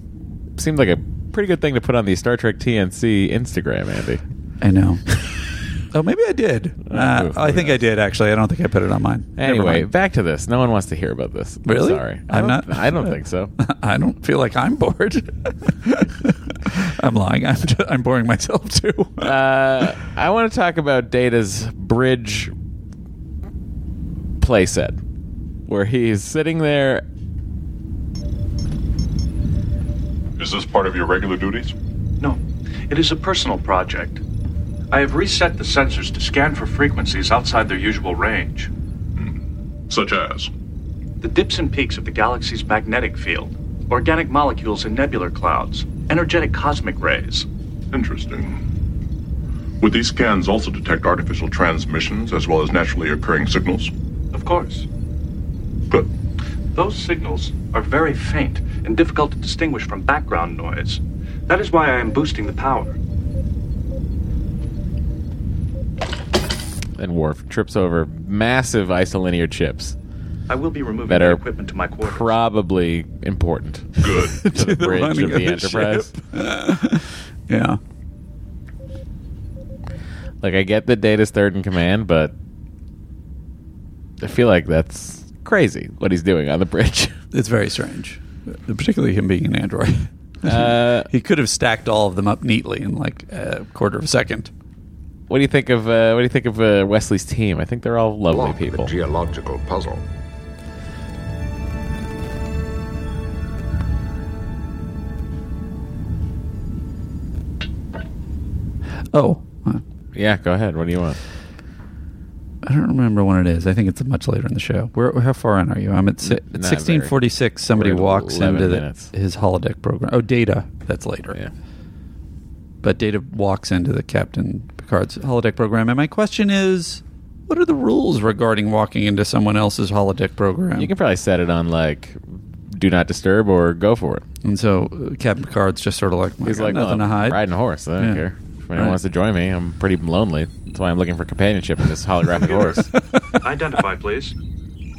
Seemed like a pretty good thing to put on the Star Trek TNC Instagram, Andy.
I know. oh, maybe I did.
Uh,
Uh,
who-
I
who
think I did actually. I don't think I put it on mine. Never
Anyway,
mind.
back to this. No one wants to hear about this. I'm
Really?
sorry. I
I'm
don't-
not-
I don't think so.
I don't feel like I'm bored. I'm lying. I'm I'm boring myself too.
Uh, I want to talk about Data's bridge playset, where he's sitting there.
Is this part of your regular duties?
No, it is a personal project. I have reset the sensors to scan for frequencies outside their usual range.
Hmm. Such as?
The dips and peaks of the galaxy's magnetic field, organic molecules in nebular clouds, energetic cosmic rays.
Interesting. Would these scans also detect artificial transmissions as well as naturally occurring signals?
Of course,
Good.
those signals are very faint and difficult to distinguish from background noise. That is why I am boosting the power.
And Worf trips over massive isolinear chips
I will be removing
that
the
are
equipment to my quarters.
probably important
Good.
to the
the
bridge
lining
of
of
the
the
Enterprise.
yeah.
Like, I get that Data's third in command, but I feel like that's crazy what he's doing on the bridge.
It's very strange, particularly him being an android.
Uh,
he could have stacked all of them up neatly in like a quarter of a second.
what do you think of uh, What do you think of uh, Wesley's team? I think they're all lovely
Block
people.
the geological puzzle.
Oh, uh,
yeah, go ahead. What do you want?
I don't remember when it is. I think it's much later in the show. Where how far in are you? I'm at si-
Not
at sixteen forty six.
very.
Somebody
We're at
walks
11
into the,
minutes.
his holodeck program. Oh, Data. That's later.
Yeah.
But Data walks into the Captain Picard's holodeck program, and my question is, What are the rules regarding walking into someone else's holodeck program? You
can probably set it on like do not disturb or go for it.
And so uh, Captain Picard's just sort of like,
He's
he's
like,
like nothing
well,
to hide.
Riding a horse. I don't
Yeah.
care. If anyone
Right.
wants to join me, I'm pretty lonely. That's why I'm looking for companionship in this holographic horse.
Identify, please.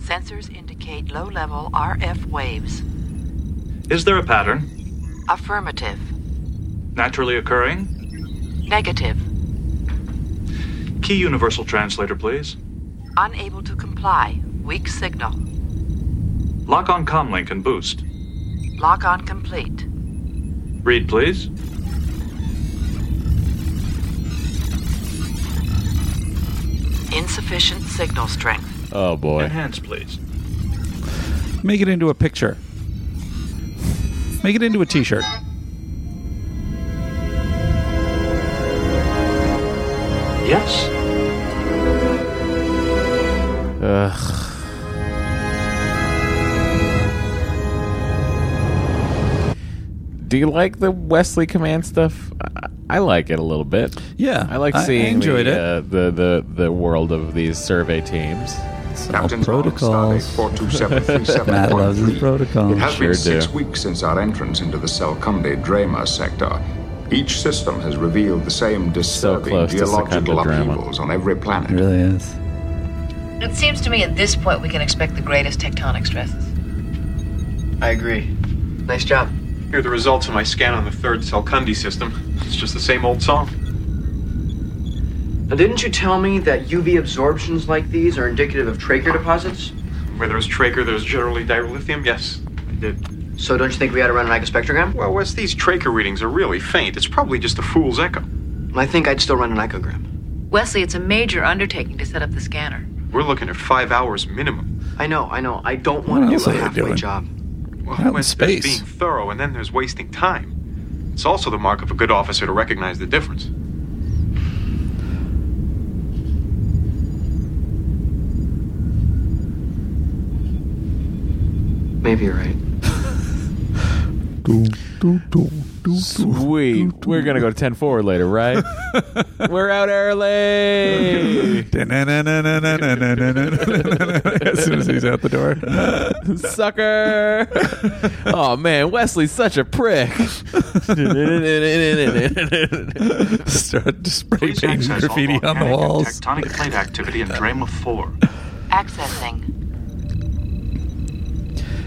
Sensors indicate low level RF waves.
Is there a pattern?
Affirmative.
Naturally occurring?
Negative.
Key universal translator, please.
Unable to comply. Weak signal.
Lock on comlink and boost.
Lock on complete.
Read, please.
Insufficient signal strength.
Oh boy.
Enhance, please.
Make it into a picture. Make it into a T-shirt.
Yes.
Ugh. Do you like the Wesley command stuff? I, I like it a little bit.
Yeah,
I like
I- I
seeing
enjoyed
the,
it.
Uh, the the the world of these survey teams.
Captain's
protocols.
uh,
Matt loves his protocols.
It has
Sure
been six
do.
weeks since our entrance into the Selkumde Drama sector. Each system has revealed the same disturbing
close to
geological
Secunda Drama.
upheavals on every planet. It
really is.
It seems to me at this point we can expect the greatest tectonic stresses.
I agree. Nice job. Here are the results of my scan on the third Selkundi system. It's just the same old song.
Now, didn't you tell me that UV absorptions like these are indicative of tracer deposits?
Where there's Traeger, there's generally dirolithium. Yes, I did.
So, don't you think we ought to run an icospectrogram?
Well, Wes, these Traeger readings are really faint. It's probably just a fool's echo. I think I'd still run an icogram.
Wesley, it's a major undertaking to set up the scanner.
We're looking at five hours minimum. I know, I know. I don't
What
want to
else
do
are
a
they
halfway
doing?
job. Well,
Out in
Wes, there's
space.
being thorough, and then there's wasting time. It's also the mark of a good officer to recognize the difference.
Maybe you're right.
Sweet. We're gonna go to ten forward later, right? We're out early.
as soon as he's out the door.
Sucker. oh man, Wesley's such a prick.
Start to spray
Please access all volcanic and Tectonic plate activity in Drama 4.
Accessing.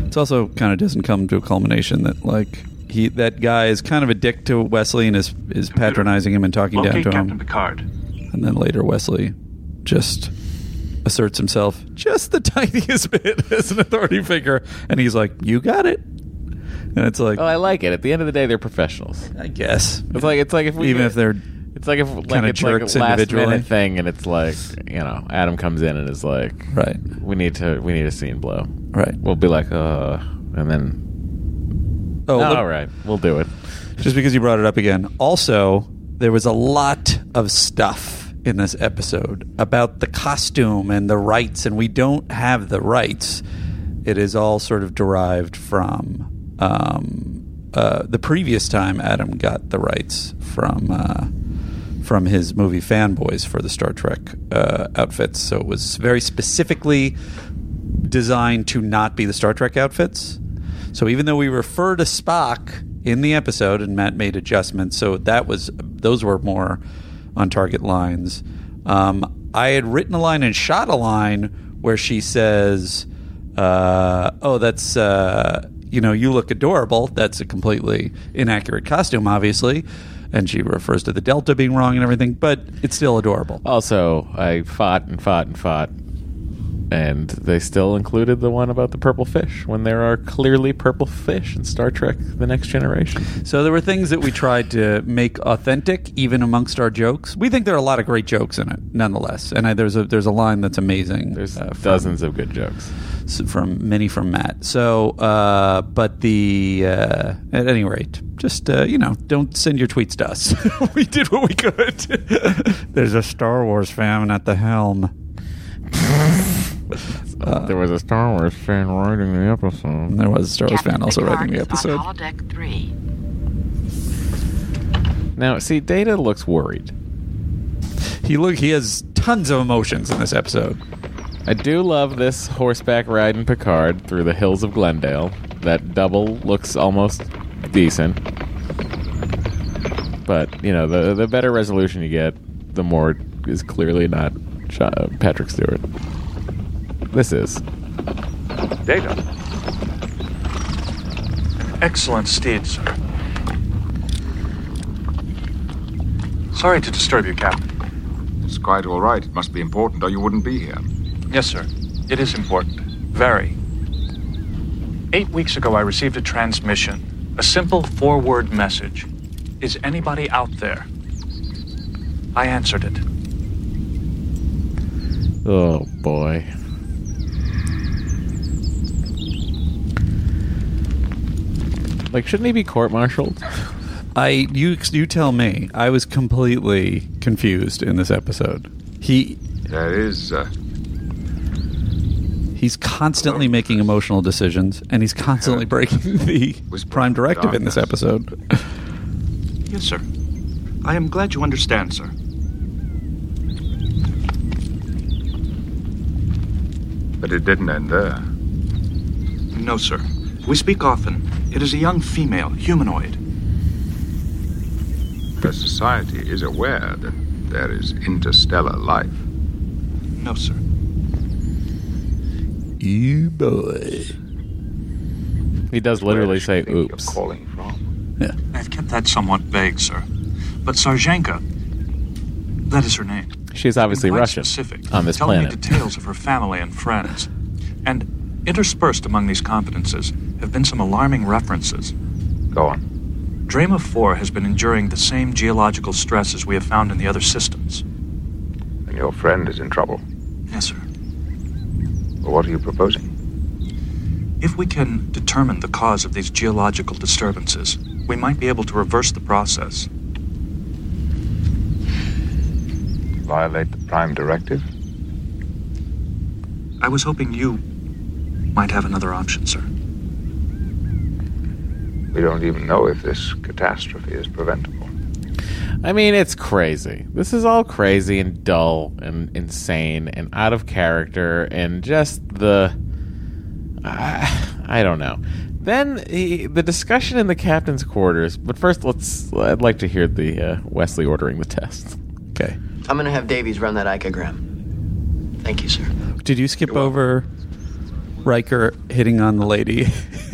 It's also kind of doesn't come to a culmination that like he that guy is kind of a dick to Wesley and is is patronizing him and talking down
Locate
to
Captain
him,
Picard.
and then later Wesley just asserts himself just the tiniest bit as an authority figure, and he's like, "You got it," and it's like,
Oh, I like it. At the end of the day, they're professionals.
I guess
it's like it's like if we
Even if they're
it's like if like
kinda
it's like a
jerks
last
individually.
minute thing, and it's like you know Adam comes in and is like,
right,
we need to we need a scene blow,
Right.
We'll be like, uh, and then
Oh,
all
look-
right, we'll do it.
just because you brought it up again. Also, there was a lot of stuff in this episode about the costume and the rights, and we don't have the rights. It is all sort of derived from um, uh, the previous time Adam got the rights from uh, from his movie fanboys for the Star Trek uh, outfits. So it was very specifically designed to not be the Star Trek outfits. So even though we refer to Spock in the episode, and Matt made adjustments, so that was those were more on target lines. Um, I had written a line and shot a line where she says, uh, "Oh, that's uh, you know, you look adorable." That's a completely inaccurate costume, obviously. And she refers to the Delta being wrong and everything, but it's still adorable.
Also, I fought and fought and fought, and they still included the one about the purple fish when there are clearly purple fish in Star Trek: The Next Generation.
So there were things that we tried to make authentic, even amongst our jokes. We think there are a lot of great jokes in it, nonetheless. And I, there's a there's a line that's amazing. There's
Uh, dozens of good jokes
from many from Matt. So, uh, but the uh, at any rate, just uh, you know, don't send your tweets to us. we did what we could. there's a Star Wars fan at the helm.
there was a Star Wars fan writing the episode.
There was a Star Wars fan also writing the
Is on
episode.
holodeck three.
Now, see, Data looks worried.
He look he has tons of emotions in this episode.
I do love this horseback ride in Picard through the hills of Glendale. That double looks almost decent. But, you know, the, the better resolution you get, the more is clearly not Sha- Patrick Stewart. This is.
Data. Excellent steed, sir.
Sorry to disturb you, Captain. It's quite all right. It must be important, or you wouldn't be here.
Yes, sir. It is important. Very. Eight weeks ago, I received a transmission. A simple four word message Is anybody out there? I answered it.
Oh, boy. Like, shouldn't he be court martialed?
I you ex- you tell me. I was completely confused in this episode. He
There is. Uh,
he's constantly making emotional decisions, and he's constantly breaking the prime directive in this episode.
Yes, sir. I am glad you understand, sir.
but it didn't end there.
No, sir. We speak often. It is a young female, humanoid.
The society is aware that there is interstellar life.
No, sir.
You boy.
He does literally say oops.
I've kept that somewhat vague, sir. But Sarzenka, that is her name.
She's obviously
quite
Russian
specific,
on this
telling
planet.
me details of her family and friends. And interspersed among these confidences have been some alarming references.
Go on.
Drama 4 has been enduring the same geological stress as we have found in the other systems.
And your friend is in trouble.
Yes, sir.
Well, what are you proposing?
If we can determine the cause of these geological disturbances, we might be able to reverse the process.
Violate the Prime Directive?
I was hoping you might have another option, sir.
We don't even know if this catastrophe is preventable.
I mean, it's crazy. This is all crazy and dull and insane and out of character and just the. I I don't know. Then he, the discussion in the captain's quarters. But first, let's. I'd like to hear the uh, Wesley ordering the test. Okay.
I'm going to have Davies run that icogram. Thank you, sir.
Did you skip over Riker hitting on the lady?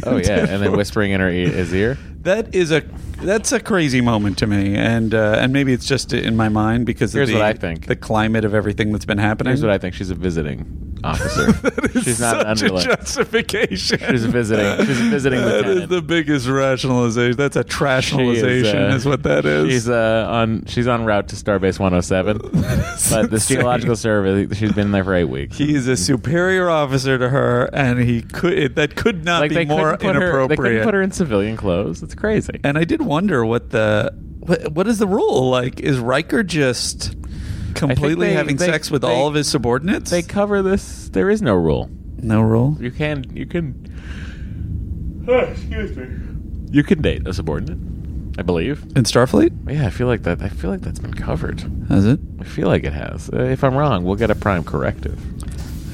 Oh yeah, and then whispering in her e- his ear.
That is a that's a crazy moment to me, and uh, and maybe it's just in my mind because
Here's
of the,
what I think.
the climate of everything that's been happening.
Here's what I think. She's a visiting officer. She's not
such
an
a
underling.
justification.
She's visiting. She's a visiting
That
lieutenant.
is the biggest rationalization. That's a trashalization, is,
uh,
what that is.
She's uh, on she's on route to Starbase 107, but this
insane.
geological survey she's been there for eight weeks. Mm-hmm.
He is a superior officer to her, and he could it, that could not
Like,
be
they couldn't
more
put her- they couldn't
inappropriate.
put her in civilian clothes. It's crazy.
And I did wonder what the what, what is the rule? Like, is Riker just completely
they-
having
they-
sex with
they-
all of his subordinates? They
cover this. There is no rule.
No rule.
You can you can
Excuse me.
you can date a subordinate, I believe.
In Starfleet?
Yeah, I feel like that. I feel like that's been covered.
Has it?
I feel like it has. Uh, if I'm wrong, we'll get a prime corrective.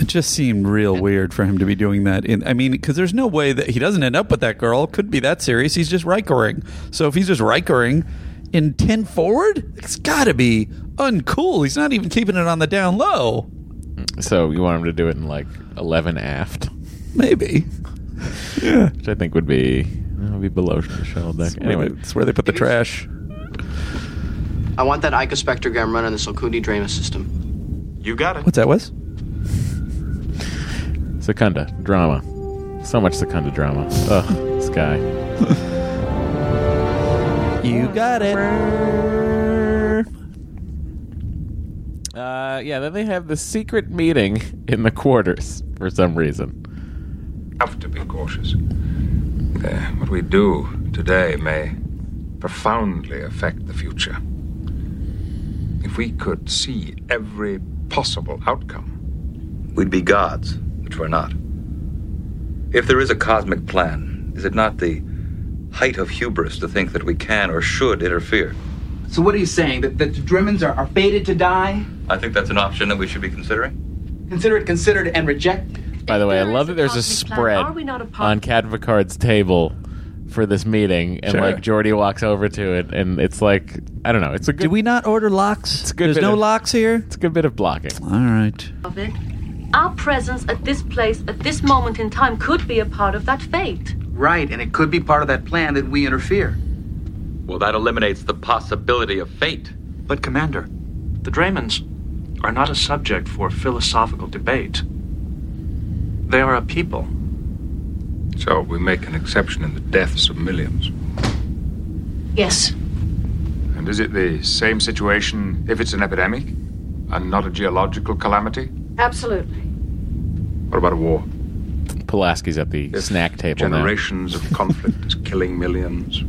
It just seemed real weird for him to be doing that. In I mean, because there's no way that he doesn't end up with that girl. Could be that serious. He's just Rikering. So if he's just Rikering in ten forward, it's got to be uncool. He's not even keeping it on the down low.
So you want him to do it in like 11 aft?
Maybe.
Yeah. Which I think would be that would be below the shuttle deck.
where
Anyway,
they- it's where they put the trash.
I want that icospectrogram run on the Salkundi Drama system. You got it.
What's that, Wes?
Secunda drama. So much Secunda drama. Ugh, this guy.
You got it.
Uh, yeah. Then they have the secret meeting in the quarters for some reason.
Have to be cautious. Uh, what we do today may profoundly affect the future. If we could see every possible outcome,
We'd be gods, which we're not. If there is a cosmic plan, is it not the height of hubris to think that we can or should interfere?
So what are you saying? That, that the Dremens are, are fated to die?
I think that's an option that we should be considering.
Consider it considered and rejected.
By the way, I love that there's a spread on Cat Picard's table for this meeting, and
Sure.
like Jordy walks over to it, and it's like I don't know. It's a good.
Did we not order locks?
It's a good
There's
bit
no
of-
locks here.
It's a good bit of blocking.
All right.
of it. Our presence at this place at this moment in time could be a part of that fate.
Right, and it could be part of that plan that we interfere.
Well, that eliminates the possibility of fate.
But, Commander,
the Dramens are not a subject for philosophical debate. They are a people.
So we make an exception in the deaths of millions.
Yes.
And is it the same situation if it's an epidemic and not a geological calamity?
Absolutely.
What about a war?
Pulaski's at the snack table now.
Generations of conflict is killing millions.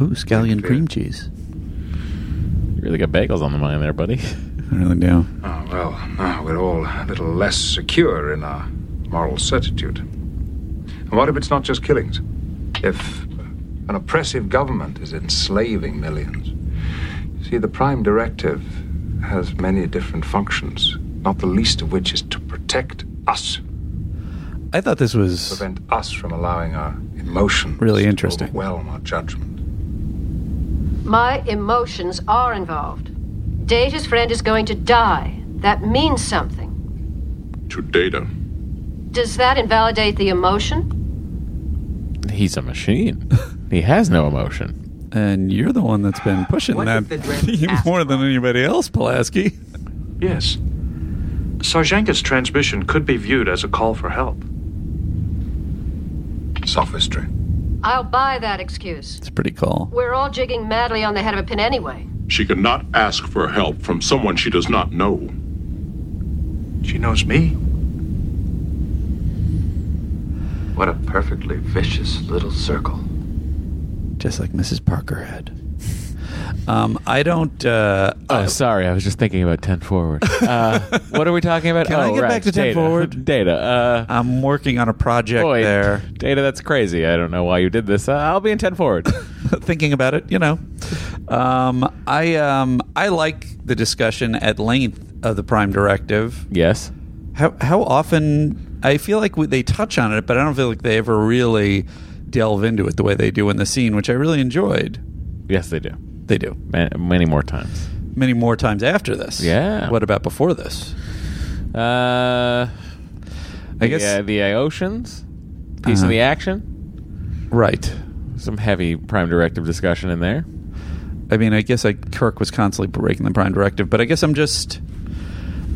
Ooh, scallion cream cheese.
You really got bagels on the mind there, buddy.
I really do.
Oh, well, now we're all a little less secure in our moral certitude. And what if it's not just killings? If an oppressive government is enslaving millions? You see, the Prime Directive has many different functions, not the least of which is to protect us,
I thought this was
prevent us from allowing our emotions
really interesting.
Well, our judgment.
My emotions are involved. Data's friend is going to die. That means something.
To data.
Does that invalidate the emotion?
He's a machine. he has no emotion.
And you're the one that's been pushing
What
that
if the Dramens
theme more than anybody else, Pulaski.
Yes. Sarjenka's transmission could be viewed as a call for help.
Sophistry.
I'll buy that excuse.
It's a pretty call.
We're all jigging madly on the head of a pin anyway.
She could not ask for help from someone she does not know.
She knows me.
What a perfectly vicious little circle.
Just like Mrs. Parker had. Um, I don't. Uh,
oh, sorry. I was just thinking about 10 forward. Uh, what are we talking about?
Can I
Oh,
get
right,
back to 10
data.
forward?
Data. Uh,
I'm working on a project
boy,
there.
Data, that's crazy. I don't know why you did this. Uh, I'll be in 10 forward.
Thinking about it, you know. Um, I um, I like the discussion at length of the Prime Directive.
Yes.
How how often I feel like we, they touch on it, but I don't feel like they ever really delve into it the way they do in the scene, which I really enjoyed.
Yes, they do.
They do.
Ma- many more times.
Many more times after this.
Yeah.
What about before this?
Uh,
I guess-
the, uh, the Iotians piece
Uh-huh.
of the action.
Right.
Some heavy prime directive discussion in there.
I mean, I guess I, Kirk was constantly breaking the prime directive, but I guess I'm just.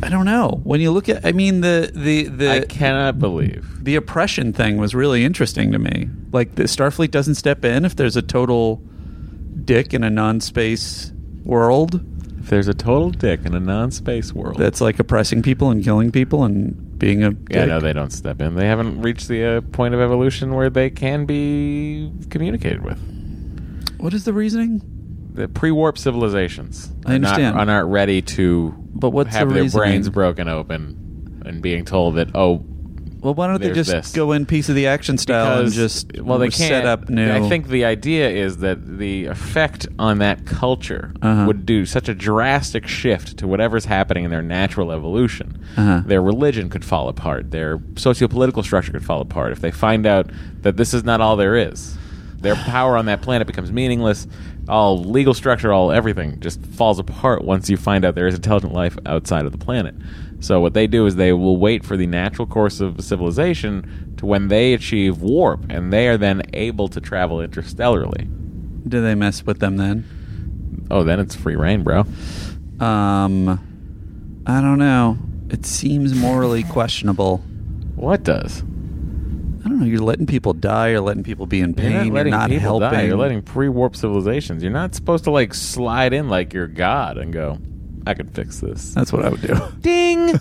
I don't know. When you look at, I mean, the the the I
cannot believe
the oppression thing was really interesting to me. Like the Starfleet doesn't step in if there's a total dick in a non-space world.
If there's a total dick in a non-space world,
that's like oppressing people and killing people and being a dick.
Yeah, no, they don't step in. They haven't reached the uh, point of evolution where they can be communicated with.
What is the reasoning?
The pre-warp civilizations
I
are not-
understand.
are not ready to
But what's
have
the
their
reasoning?
brains broken open and being told that oh,
Well, why don't they
There's
just
this.
go in piece of the action style and just
well they can't
set up new?
I think the idea is that the effect on that culture
Uh-huh.
would do such a drastic shift to whatever's happening in their natural evolution.
Uh-huh.
Their religion could fall apart. Their socio-political structure could fall apart if they find out that this is not all there is. Their power on that planet becomes meaningless. All legal structure, all everything just falls apart once you find out there is intelligent life outside of the planet. So what they do is they will wait for the natural course of civilization to when they achieve warp and they are then able to travel interstellarly.
Do they mess with them then?
Oh, then it's free reign, bro.
Um, I don't know. It seems morally questionable.
What does?
I don't know. You're letting people die. You're letting people be in pain. You're not,
people
helping.
die. You're letting pre-warp civilizations. You're not supposed to like slide in like you're God and go, "I could fix this."
That's what I would do.
Ding.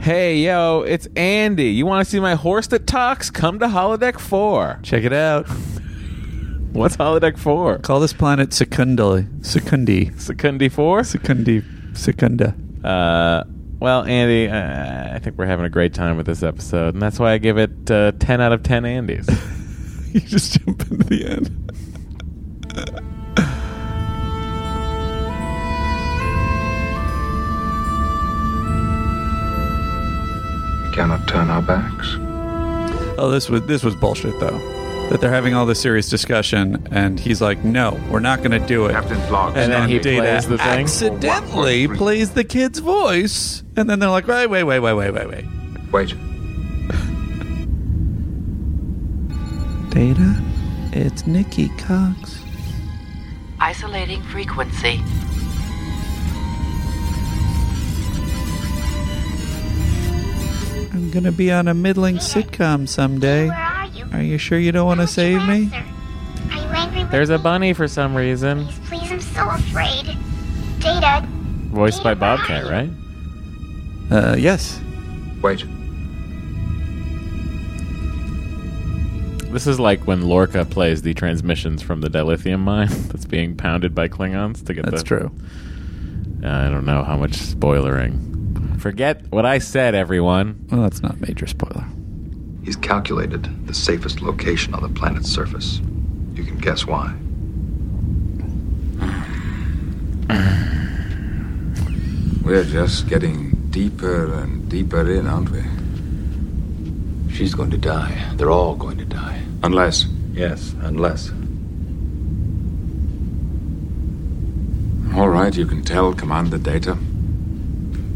hey, yo, it's Andy. You want to see my horse that talks? Come to Holodeck Four.
Check it out.
What's Holodeck Four?
Call this planet Secundi. Secundi.
Secundi Four.
Secundi. Secunda.
Uh, well, Andy, uh, I think we're having a great time with this episode, and that's why I give it uh, ten out of ten Andys.
you just jump into the end.
cannot turn our backs.
Oh, this was this was bullshit though. That they're having all this serious discussion, and he's like, "No, we're not going to do it." Captain Vlog,
And then he plays the thing?
accidentally plays the kid's voice, and then they're like, "Wait, wait, wait, wait, wait, wait, wait."
Wait.
Data, it's Nikki Cox.
Isolating frequency.
I'm gonna be on a middling sitcom someday.
are you?
Are you sure you don't want to save me?
Are you angry with
There's a bunny for some reason.
Please, I'm so afraid. Data,
Voiced by Bobcat, right?
Uh, yes.
Wait.
This is like when Lorca plays the transmissions from the dilithium mine that's being pounded by Klingons to get
That's
the, uh,
true.
I don't know how much spoilering. Forget what I said, everyone.
Well, that's not major spoiler.
He's calculated the safest location on the planet's surface. You can guess why.
We're just getting deeper and deeper in, aren't we?
She's going to die. They're all going to die.
Unless.
Yes, unless.
All right, you can tell Commander Data.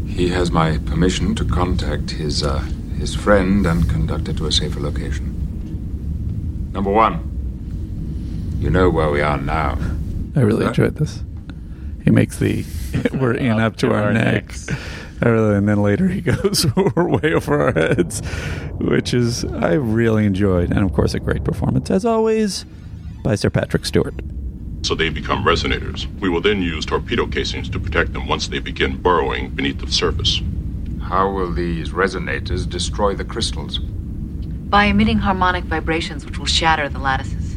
He has my permission to contact his, uh, his friend and conduct her to a safer location. Number one. You know where we are now.
I really enjoyed this. He makes the we're in up to, our, necks. I really, and then later he goes we're way over our heads, which is I really enjoyed, and of course a great performance as always by Sir Patrick Stewart.
so they become resonators. We will then use torpedo casings to protect them once they begin burrowing beneath the surface.
How will these resonators destroy the crystals?
By emitting harmonic vibrations which will shatter the lattices.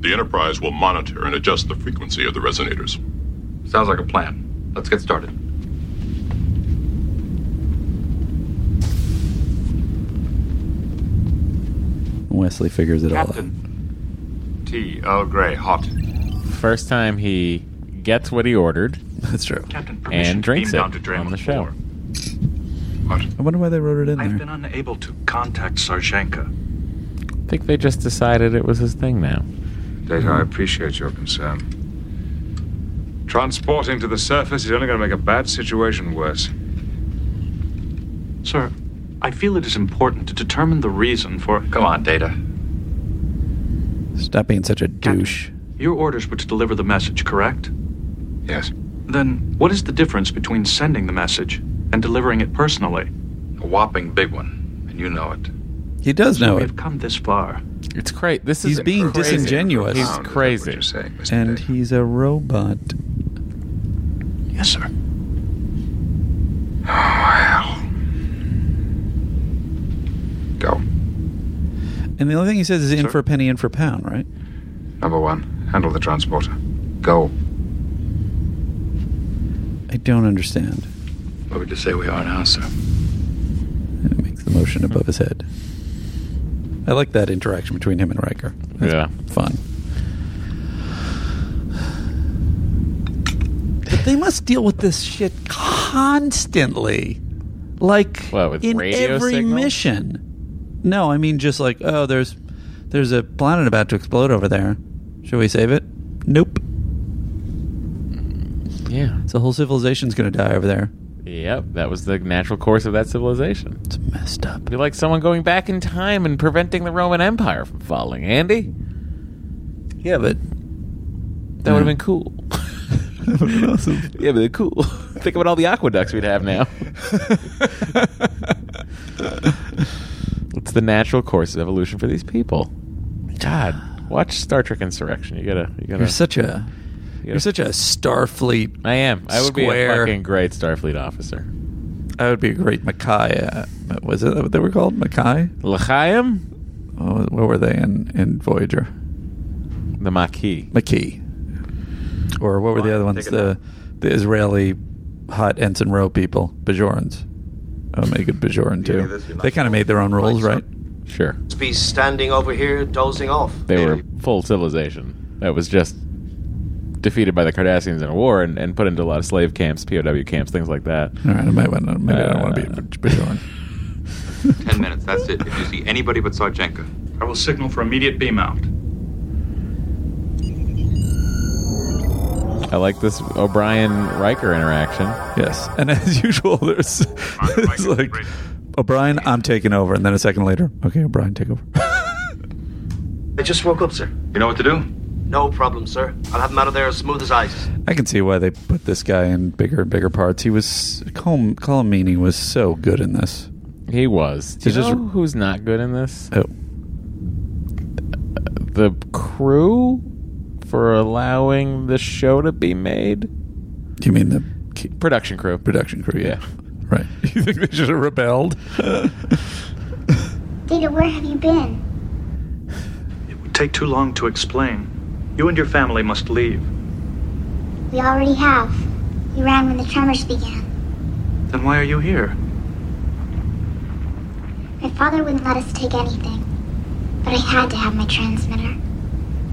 The Enterprise will monitor and adjust the frequency of the resonators.
Sounds like a plan. Let's get started.
Wesley figures it all out.
T. Earl Grey, hot.
First time he gets what he ordered.
That's true.
Captain,
permission
and drinks it
beam down to Draymond
on the show.
I wonder why they wrote it in
I've
there.
been
unable to contact Sarchenka.
I think they just decided it was his thing now.
Data, I appreciate your concern. Transporting to the surface is only going to make a bad situation worse.
Sir, I feel it is important to determine the reason for.
Come on, Data.
Stop being such a douche.
Your orders were to deliver the message, correct?
Yes.
Then, what is the difference between sending the message and delivering it personally?
A whopping big one, and you know it.
He does
So
know
we
it,
have come this far.
It's crazy. This
He's
is
being
crazy.
disingenuous.
He's
Sound, is
crazy.
and he's a robot.
Yes, sir.
Go.
And the only thing he says is in for a penny, in for a pound, right?
Number one, handle the transporter. Go.
I don't understand.
Where would you say we are now, sir?
And it makes the motion above his head. I like that interaction between him and Riker. That's
Yeah.
fun. But they must deal with this shit constantly, like
What, with
in
radio
every
signals?
mission. No, I mean just like oh, there's there's a planet about to explode over there. Should we save it? Nope.
Yeah.
So whole civilization's gonna die over there.
Yep, that was the natural course of that civilization. It's
messed up.
Be like someone going back in time and preventing the Roman Empire from falling, Andy.
Yeah, but
that would have been cool. Yeah, but they're cool. Think about all the aqueducts we'd have now. it's the natural course of evolution for these people. God, watch Star Trek Insurrection. You gotta, you gotta.
You're such a
you
you're such a Starfleet.
I am. I would be a
square.
fucking great Starfleet officer.
I would be a great Mackay. Uh, was it what they were called? Mackay?
L'chaim,
Oh, what were they in, in Voyager?
the Maquis.
McKee. Or what were the other ones?
take it
The the Israeli hot ensign row people, Bajorans. Oh, make it Bajoran
Yeah,
too.
this is
They kind of made their own rules, right?
Sure.
Just be standing over here dozing off.
They were full civilization that was just defeated by the Cardassians in a war and, and put into a lot of slave camps, POW camps, things like that.
All right, I might want to. Maybe I don't want to be a Bajoran.
Ten minutes, that's it. If you see anybody but Sarjenka,
I will signal for immediate beam out.
I like this O'Brien Riker interaction.
Yes, and as usual, there's it's like O'Brien, I'm taking over, and then a second later, okay, O'Brien, take over.
I just woke up, sir.
you know what to do?
No problem, sir. I'll have him out of there as smooth as ice.
I can see why they put this guy in bigger and bigger parts. He was Colm, Colomini was so good in this.
He was. Do you
He's just-
know who's not good in this?
Oh.
The crew for allowing the show to be made.
You mean the
production crew?
Production crew, yeah. Right. You think they should have rebelled?
Data, where have you been?
Would take too long to explain. You and your family must leave.
We already have. You ran when the tremors began.
Then why are you here?
My father wouldn't let us take anything, but I had to have my transmitter.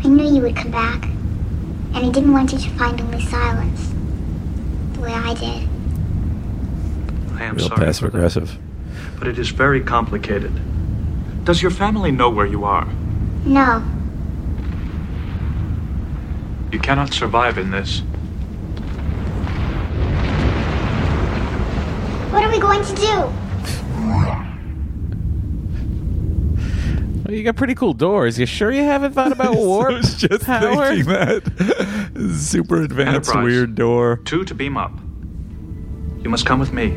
I knew you would come back, and I didn't want you to find only silence, the way I did.
I am
Real
sorry,
passive aggressive.
but it is very complicated. Does your family know where you are?
No,
You cannot survive in this.
what are we going to do?
Well, you got pretty cool doors. You sure you haven't thought about warp
just
power?
thinking that. Super advanced, weird door.
Two to beam up. You must come with me.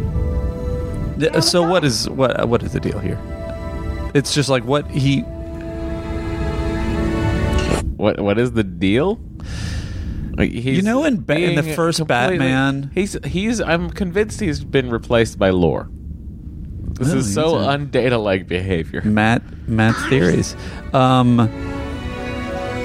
Yeah, So what is what what is the deal here? It's just like what he
What what is the deal? Like, He's
You know in Ba- in the
being
first
completely-
Batman-
he's he's I'm convinced he's been replaced by lore. This
Oh,
is
he's
so
a-
undata like behavior.
Matt Matt theories. Um,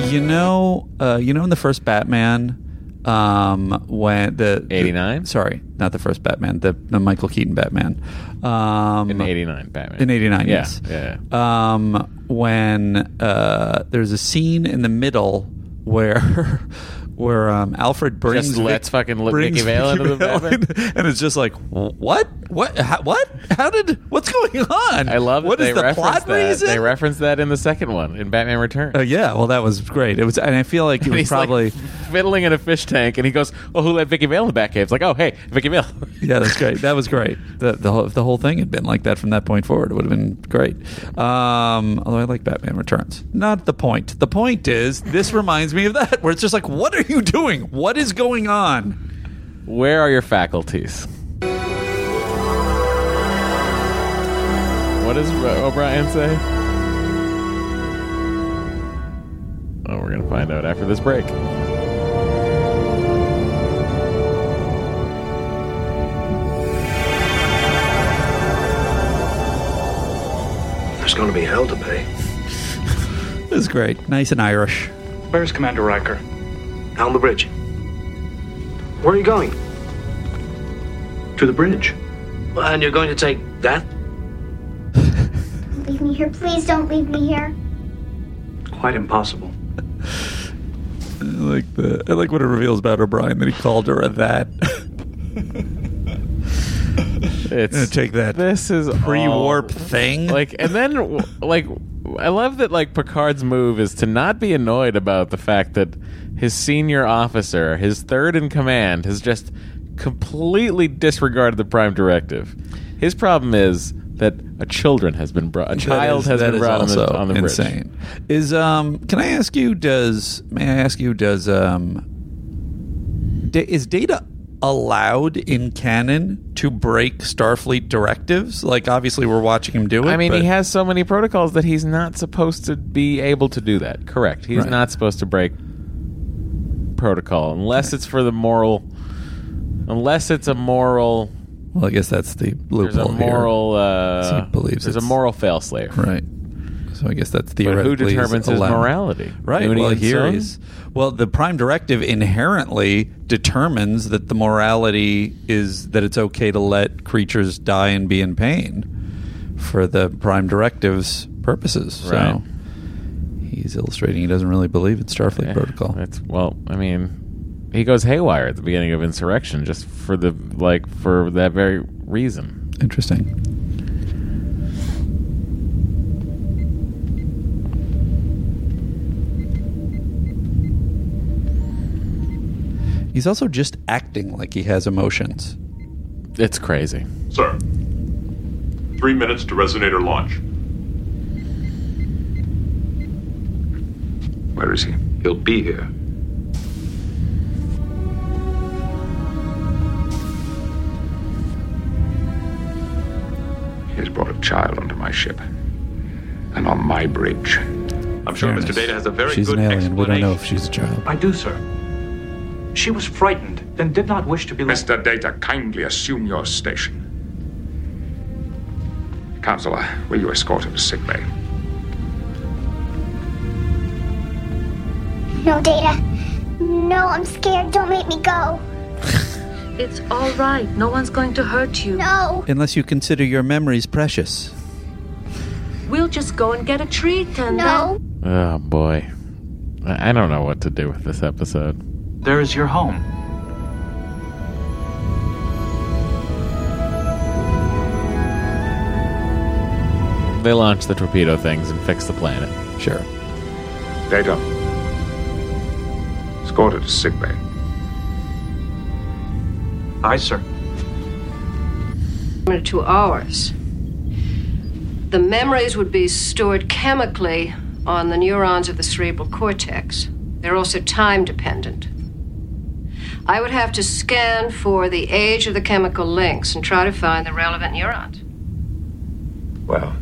you know, uh, you know, in the first Batman, um, when the eighty nine. Sorry, not the first Batman. The, the Michael Keaton Batman. Um, in
eighty nine Batman.
In eighty nine.
Yeah,
Yes.
yeah.
Um, when uh, there's a scene in the middle where. Where um, Alfred brings
Just
Vic-
let's fucking look
brings
Vicky Vale into the
Vale
Batman.
in, and it's just like what, what, how, what? How did? What's going on?
I love that
What is
they
the
reference
plot
that.
reason?
They referenced that in the second one in Batman Returns.
Uh, yeah, well, that was great. It was, and I feel like it
And
was
he's, like,
probably
fiddling in a fish tank, and he goes, "Oh, who let Vicky Vale in the Batcave?" It's like, "Oh, hey, Vicky Vale."
yeah, that's great. That was great. The, the whole, if the whole thing had been like that from that point forward, it would have been great. Um, although I like Batman Returns. Not the point. The point is, this reminds me of that, where it's just like, what are you doing? What is going on?
Where are your faculties? What does Ro- O'Brien say? Oh, we're gonna find out after this break.
There's going to be hell to pay.
It was great. Nice and Irish.
Where's Commander Riker? Down the bridge. Where are you going? To the bridge. And you're going to take that?
Don't leave me here. Please don't leave me here.
Quite impossible.
I like the. I like what it reveals about O'Brien that he called her a that.
It's
take that.
This is
pre-warp
all-
thing.
Like, and then w- like, I love that like Picard's move is to not be annoyed about the fact that his senior officer, his third in command, has just completely disregarded the prime directive. His problem is that a children has been brought, a child has been brought on the, on the bridge.
insane. Is um? Can I ask you? Does may I ask you? Does um? Da- is data allowed in canon to break Starfleet directives? Like obviously we're watching him do it.
I mean,
but
he has so many protocols that he's not supposed to be able to do that. Correct. He's
Right.
not supposed to break protocol unless it's for the moral. Unless it's a moral.
Well, I guess that's the
There's a
loophole here.
moral. Uh,
he believes
there's a
it's-
moral failslave.
right. So I guess that's
But who
theoretically is
determines his
allowed.
morality?
Right.
Mooney
well,
and
here
Sun?
is well the prime directive inherently determines that the morality is that it's okay to let creatures die and be in pain for the prime directive's purposes.
Right.
So he's illustrating he doesn't really believe in Starfleet protocol.
That's Eh, well. I mean, he goes haywire at the beginning of Insurrection just for the like for that very reason.
Interesting. He's also just acting like he has emotions.
It's crazy.
Sir, three minutes to resonator launch.
Where is he? He'll be here.
He has brought a child onto my ship. And on my bridge.
I'm
sure Mr. Data has a very
she's
good
an alien. We don't know if she's a child.
I do, sir. She was frightened, then did not wish to be left.
Mr. Data, kindly assume your station. Counselor, will you escort him to sick bay?
No, Data. No, I'm scared. Don't make me go.
It's all right. No one's going to hurt you.
No.
Unless you consider your memories precious.
We'll just go and get a treat and uh, no.
Oh boy, I I don't know what to do with this episode.
There is your home.
They launch the torpedo things and fix the planet. Sure.
Data. Escort her to sick bay.
Aye, sir.
similar to ours. The memories would be stored chemically on the neurons of the cerebral cortex. They're also time dependent. I would have to scan for the age of the chemical links and try to find the relevant neurons.
Well,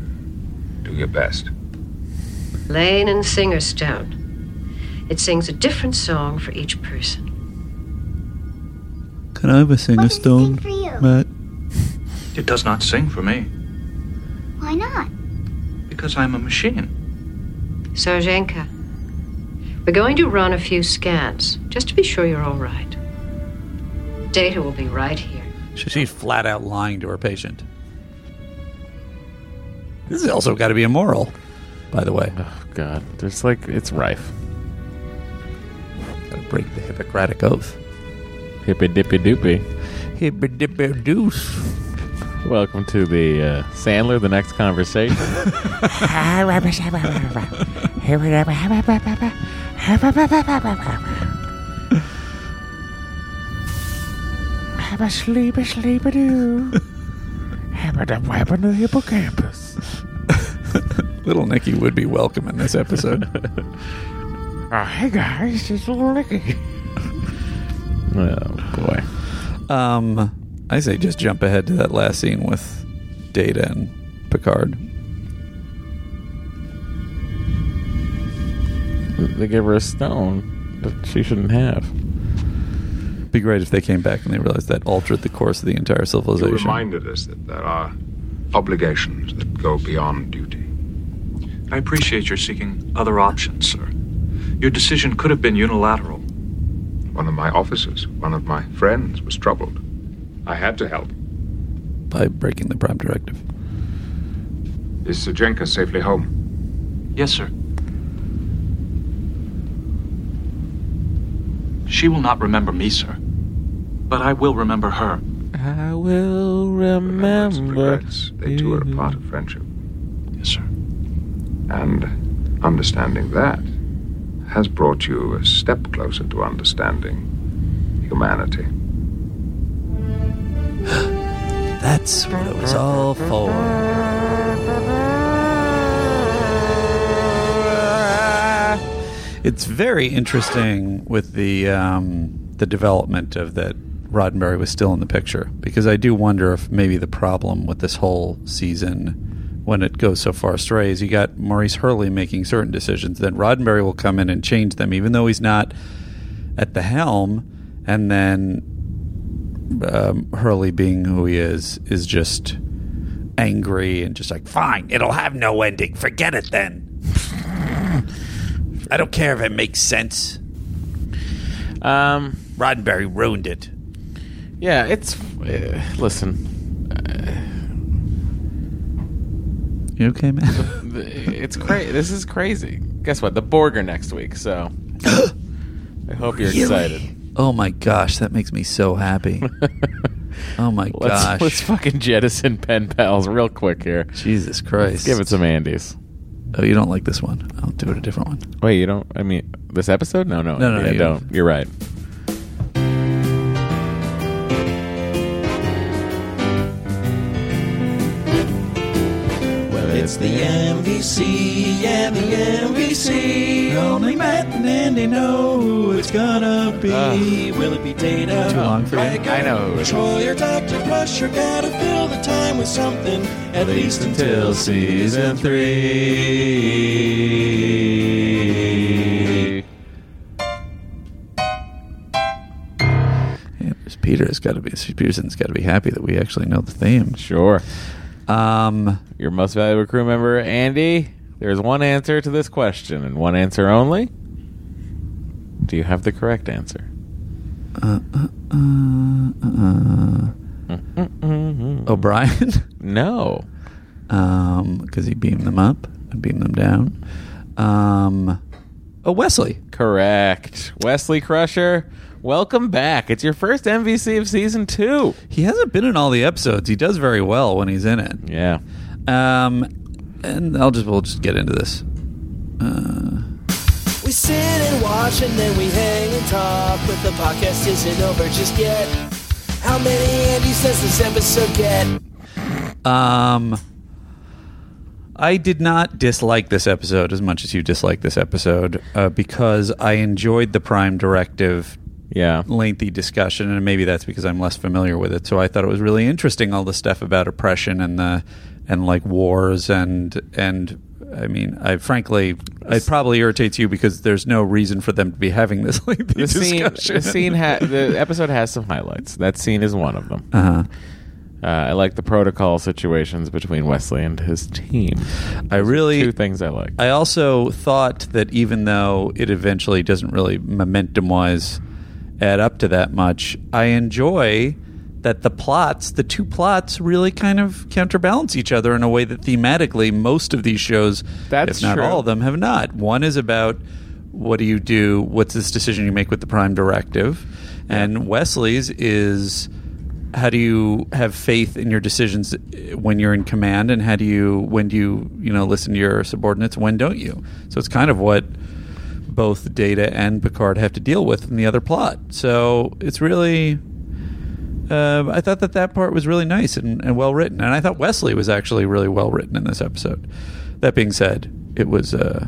do your best.
Lane and Singerstone. It sings a different song for each person.
Can I have a singer stone, Matt?
It does not sing for me
Why not?
because I'm a machine.
Sergenka, we're going to run a few scans just to be sure you're all right. Data will be right here.
She's flat out lying to her patient. This has also got to be immoral, by the way.
Oh God, it's like it's rife.
Gotta break the Hippocratic oath.
Hippy dippy doopy.
Hippy dippy deuce.
Welcome to the uh, Sandler, the next conversation.
Have a sleep, a sleep, a do. Have a web in the hippocampus.
Little Nicky would be welcome in this episode.
Oh, hey guys, it's Little Nicky.
Oh boy. Um, I say just jump ahead to that last scene with Data and Picard.
they gave her a stone that she shouldn't have.
It'd be great if they came back and they realized that altered the course of the entire
You
civilization.
reminded us that there are obligations that go beyond duty.
I appreciate your seeking other options, sir. Your decision could have been unilateral.
One of my officers, one of my friends, was troubled. I had to help.
by breaking the Prime Directive.
Is Sejenka safely home?
Yes, sir. She will not remember me, sir. But I will remember her.
I will remember. Um,
They two are a part of friendship.
Yes, sir.
And understanding that has brought you a step closer to understanding humanity.
That's what it was all for. It's very interesting with the um, the development of that Roddenberry was still in the picture because I do wonder if maybe the problem with this whole season when it goes so far astray is you got Maurice Hurley making certain decisions then Roddenberry will come in and change them even though he's not at the helm and then um, Hurley being who he is is just angry and just like fine it'll have no ending forget it then I don't care if it makes sense
um
Roddenberry ruined it
Yeah, it's. Uh, listen,
you okay man
th- it's crazy. This is crazy. Guess what? The Borg are next week, so I hope you're
Really?
excited.
oh my gosh that makes me so happy oh my
Let's,
gosh
let's fucking jettison pen pals real quick here.
Jesus Christ.
Let's give it some Andes.
oh you don't like this one I'll do it a different one
Wait, you don't? I mean, this episode? No, no,
No, no,
I
you
don't. You're right.
NBC, Andy, NBC. Only Matt and Andy know who it's gonna be.
Ah,
Will it be Data?
Too long for you.
Riker,
I know who it is.
Troy or Dr. Crusher? Gotta fill the time with something, at least until season three.
Peter's got to be Peterson's got to be happy that we actually know the theme.
Sure.
Um,
Your most valuable crew member, Andy. There's one answer to this question and one answer only. Do you have the correct answer?
uh, uh, uh, uh,
Mm-hmm,
O'Brien.
No.
Um, because he beamed them up, and beamed them down. Um, oh Wesley.
Correct. Wesley Crusher, welcome back. It's your first MVC of season two.
He hasn't been in all the episodes. He does very well when he's in it.
Yeah.
Um, and I'll just we'll just get into this. Uh,
We sit and watch and then we hang and talk, but the podcast isn't over just yet. How many Andys does this episode get?
Um, I did not dislike this episode as much as you dislike this episode uh, because I enjoyed the Prime Directive.
Yeah.
Lengthy discussion, and maybe that's because I'm less familiar with it. So I thought it was really interesting all the stuff about oppression and the and like wars and and I mean, I frankly, it probably irritates you because there's no reason for them to be having this lengthy
The scene,
discussion.
the scene, ha- the episode has some highlights. That scene is one of them.
Uh-huh.
Uh, I like the protocol situations between Wesley and his team.
I really
two things I like.
I also thought that even though it eventually doesn't really momentum wise add up to that much, I enjoy that the plots, the two plots, really kind of counterbalance each other in a way that thematically most of these shows,
That's
if not
true.
all of them, have not. One is about what do you do? What's this decision you make with the prime directive? And Wesley's is how do you have faith in your decisions when you're in command and how do you when do you you know listen to your subordinates when don't you so it's kind of what both data and picard have to deal with in the other plot so it's really um, i thought that that part was really nice and, and well written and i thought wesley was actually really well written in this episode that being said it was uh,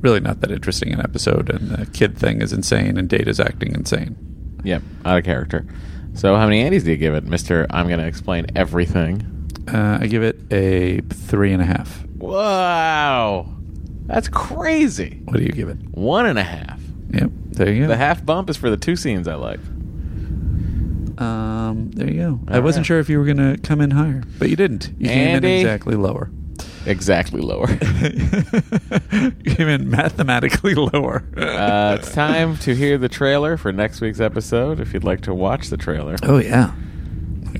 really not that interesting an episode and the kid thing is insane and data's acting insane
Yep, out of character. So, how many Andes do you give it, Mister? I'm going to explain everything.
uh, i give it a three and a half
Wow, that's crazy.
What do you give it?
One and a half.
Yep. There you go.
The half bump is for the two scenes I like.
um, there you go. I
All
wasn't
right.
sure if you were going to come in higher, but you didn't. You came in
Andy.
exactly lower.
Exactly lower.
You came in mathematically lower.
uh, it's time to hear the trailer for next week's episode. If you'd like to watch the trailer.
Oh, yeah.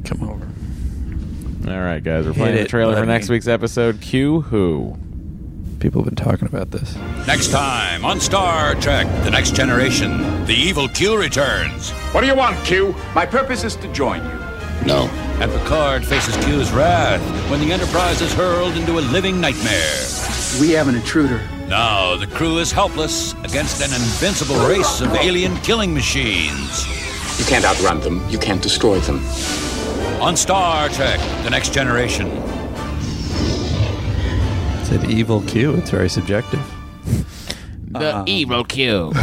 Come over.
All right, guys, we're
Hit
playing the
it,
trailer for
buddy.
next week's episode. Q who?
People have been talking about this.
Next time on Star Trek The Next Generation, the evil Q returns. What do you want, Q? My purpose is to join you. No. And Picard faces Q's wrath when the Enterprise is hurled into a living nightmare.
We have an intruder.
Now the crew is helpless against an invincible race of alien killing machines.
You can't outrun them. You can't destroy them.
On Star Trek The Next Generation.
It's an evil cue. It's very subjective. Um,
The evil Q.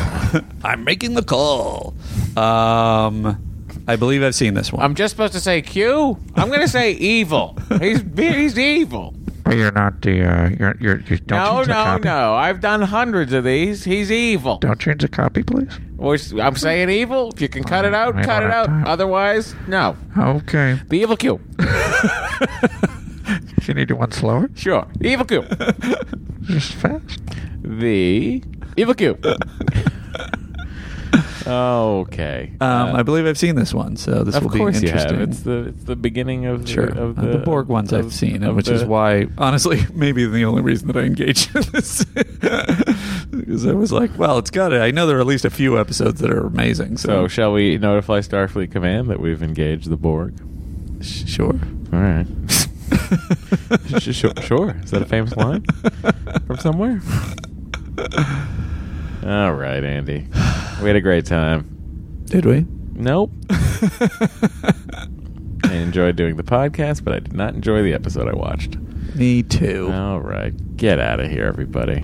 I'm making the call. Um, I believe I've seen this one.
I'm just supposed to say Q. I'm going to say evil. He's he's evil.
But you're not the. Uh, you're, you're, you don't
no, no, no. I've done hundreds of these. He's evil.
Don't change the copy, please.
Which- I'm saying evil. If you can cut it out,
I
cut
don't
it
have
out. Otherwise, no.
Okay.
The evil Q.
If you need to one slower,
Sure. The evil Q.
just fast.
The evil Q. okay. Uh,
Um, I believe I've seen this one, so this
of
will be
course you
interesting.
have. It's the it's the beginning of
Sure.
the, of
Uh, the Borg ones I've
of-
seen,
of
and which is
the-
why, honestly, maybe the only reason that I engaged in this because I was like, well, it's got it. I know there are at least a few episodes that are amazing.
So,
So,
shall we notify Starfleet Command that we've engaged the Borg?
sh- sure.
All right. Sh- sure, sure. Is that a famous line from somewhere? All right, Andy. We had a great time.
Did we?
Nope. I enjoyed doing the podcast, but I did not enjoy the episode I watched.
Me too.
Uh, All right. Get out of here, everybody.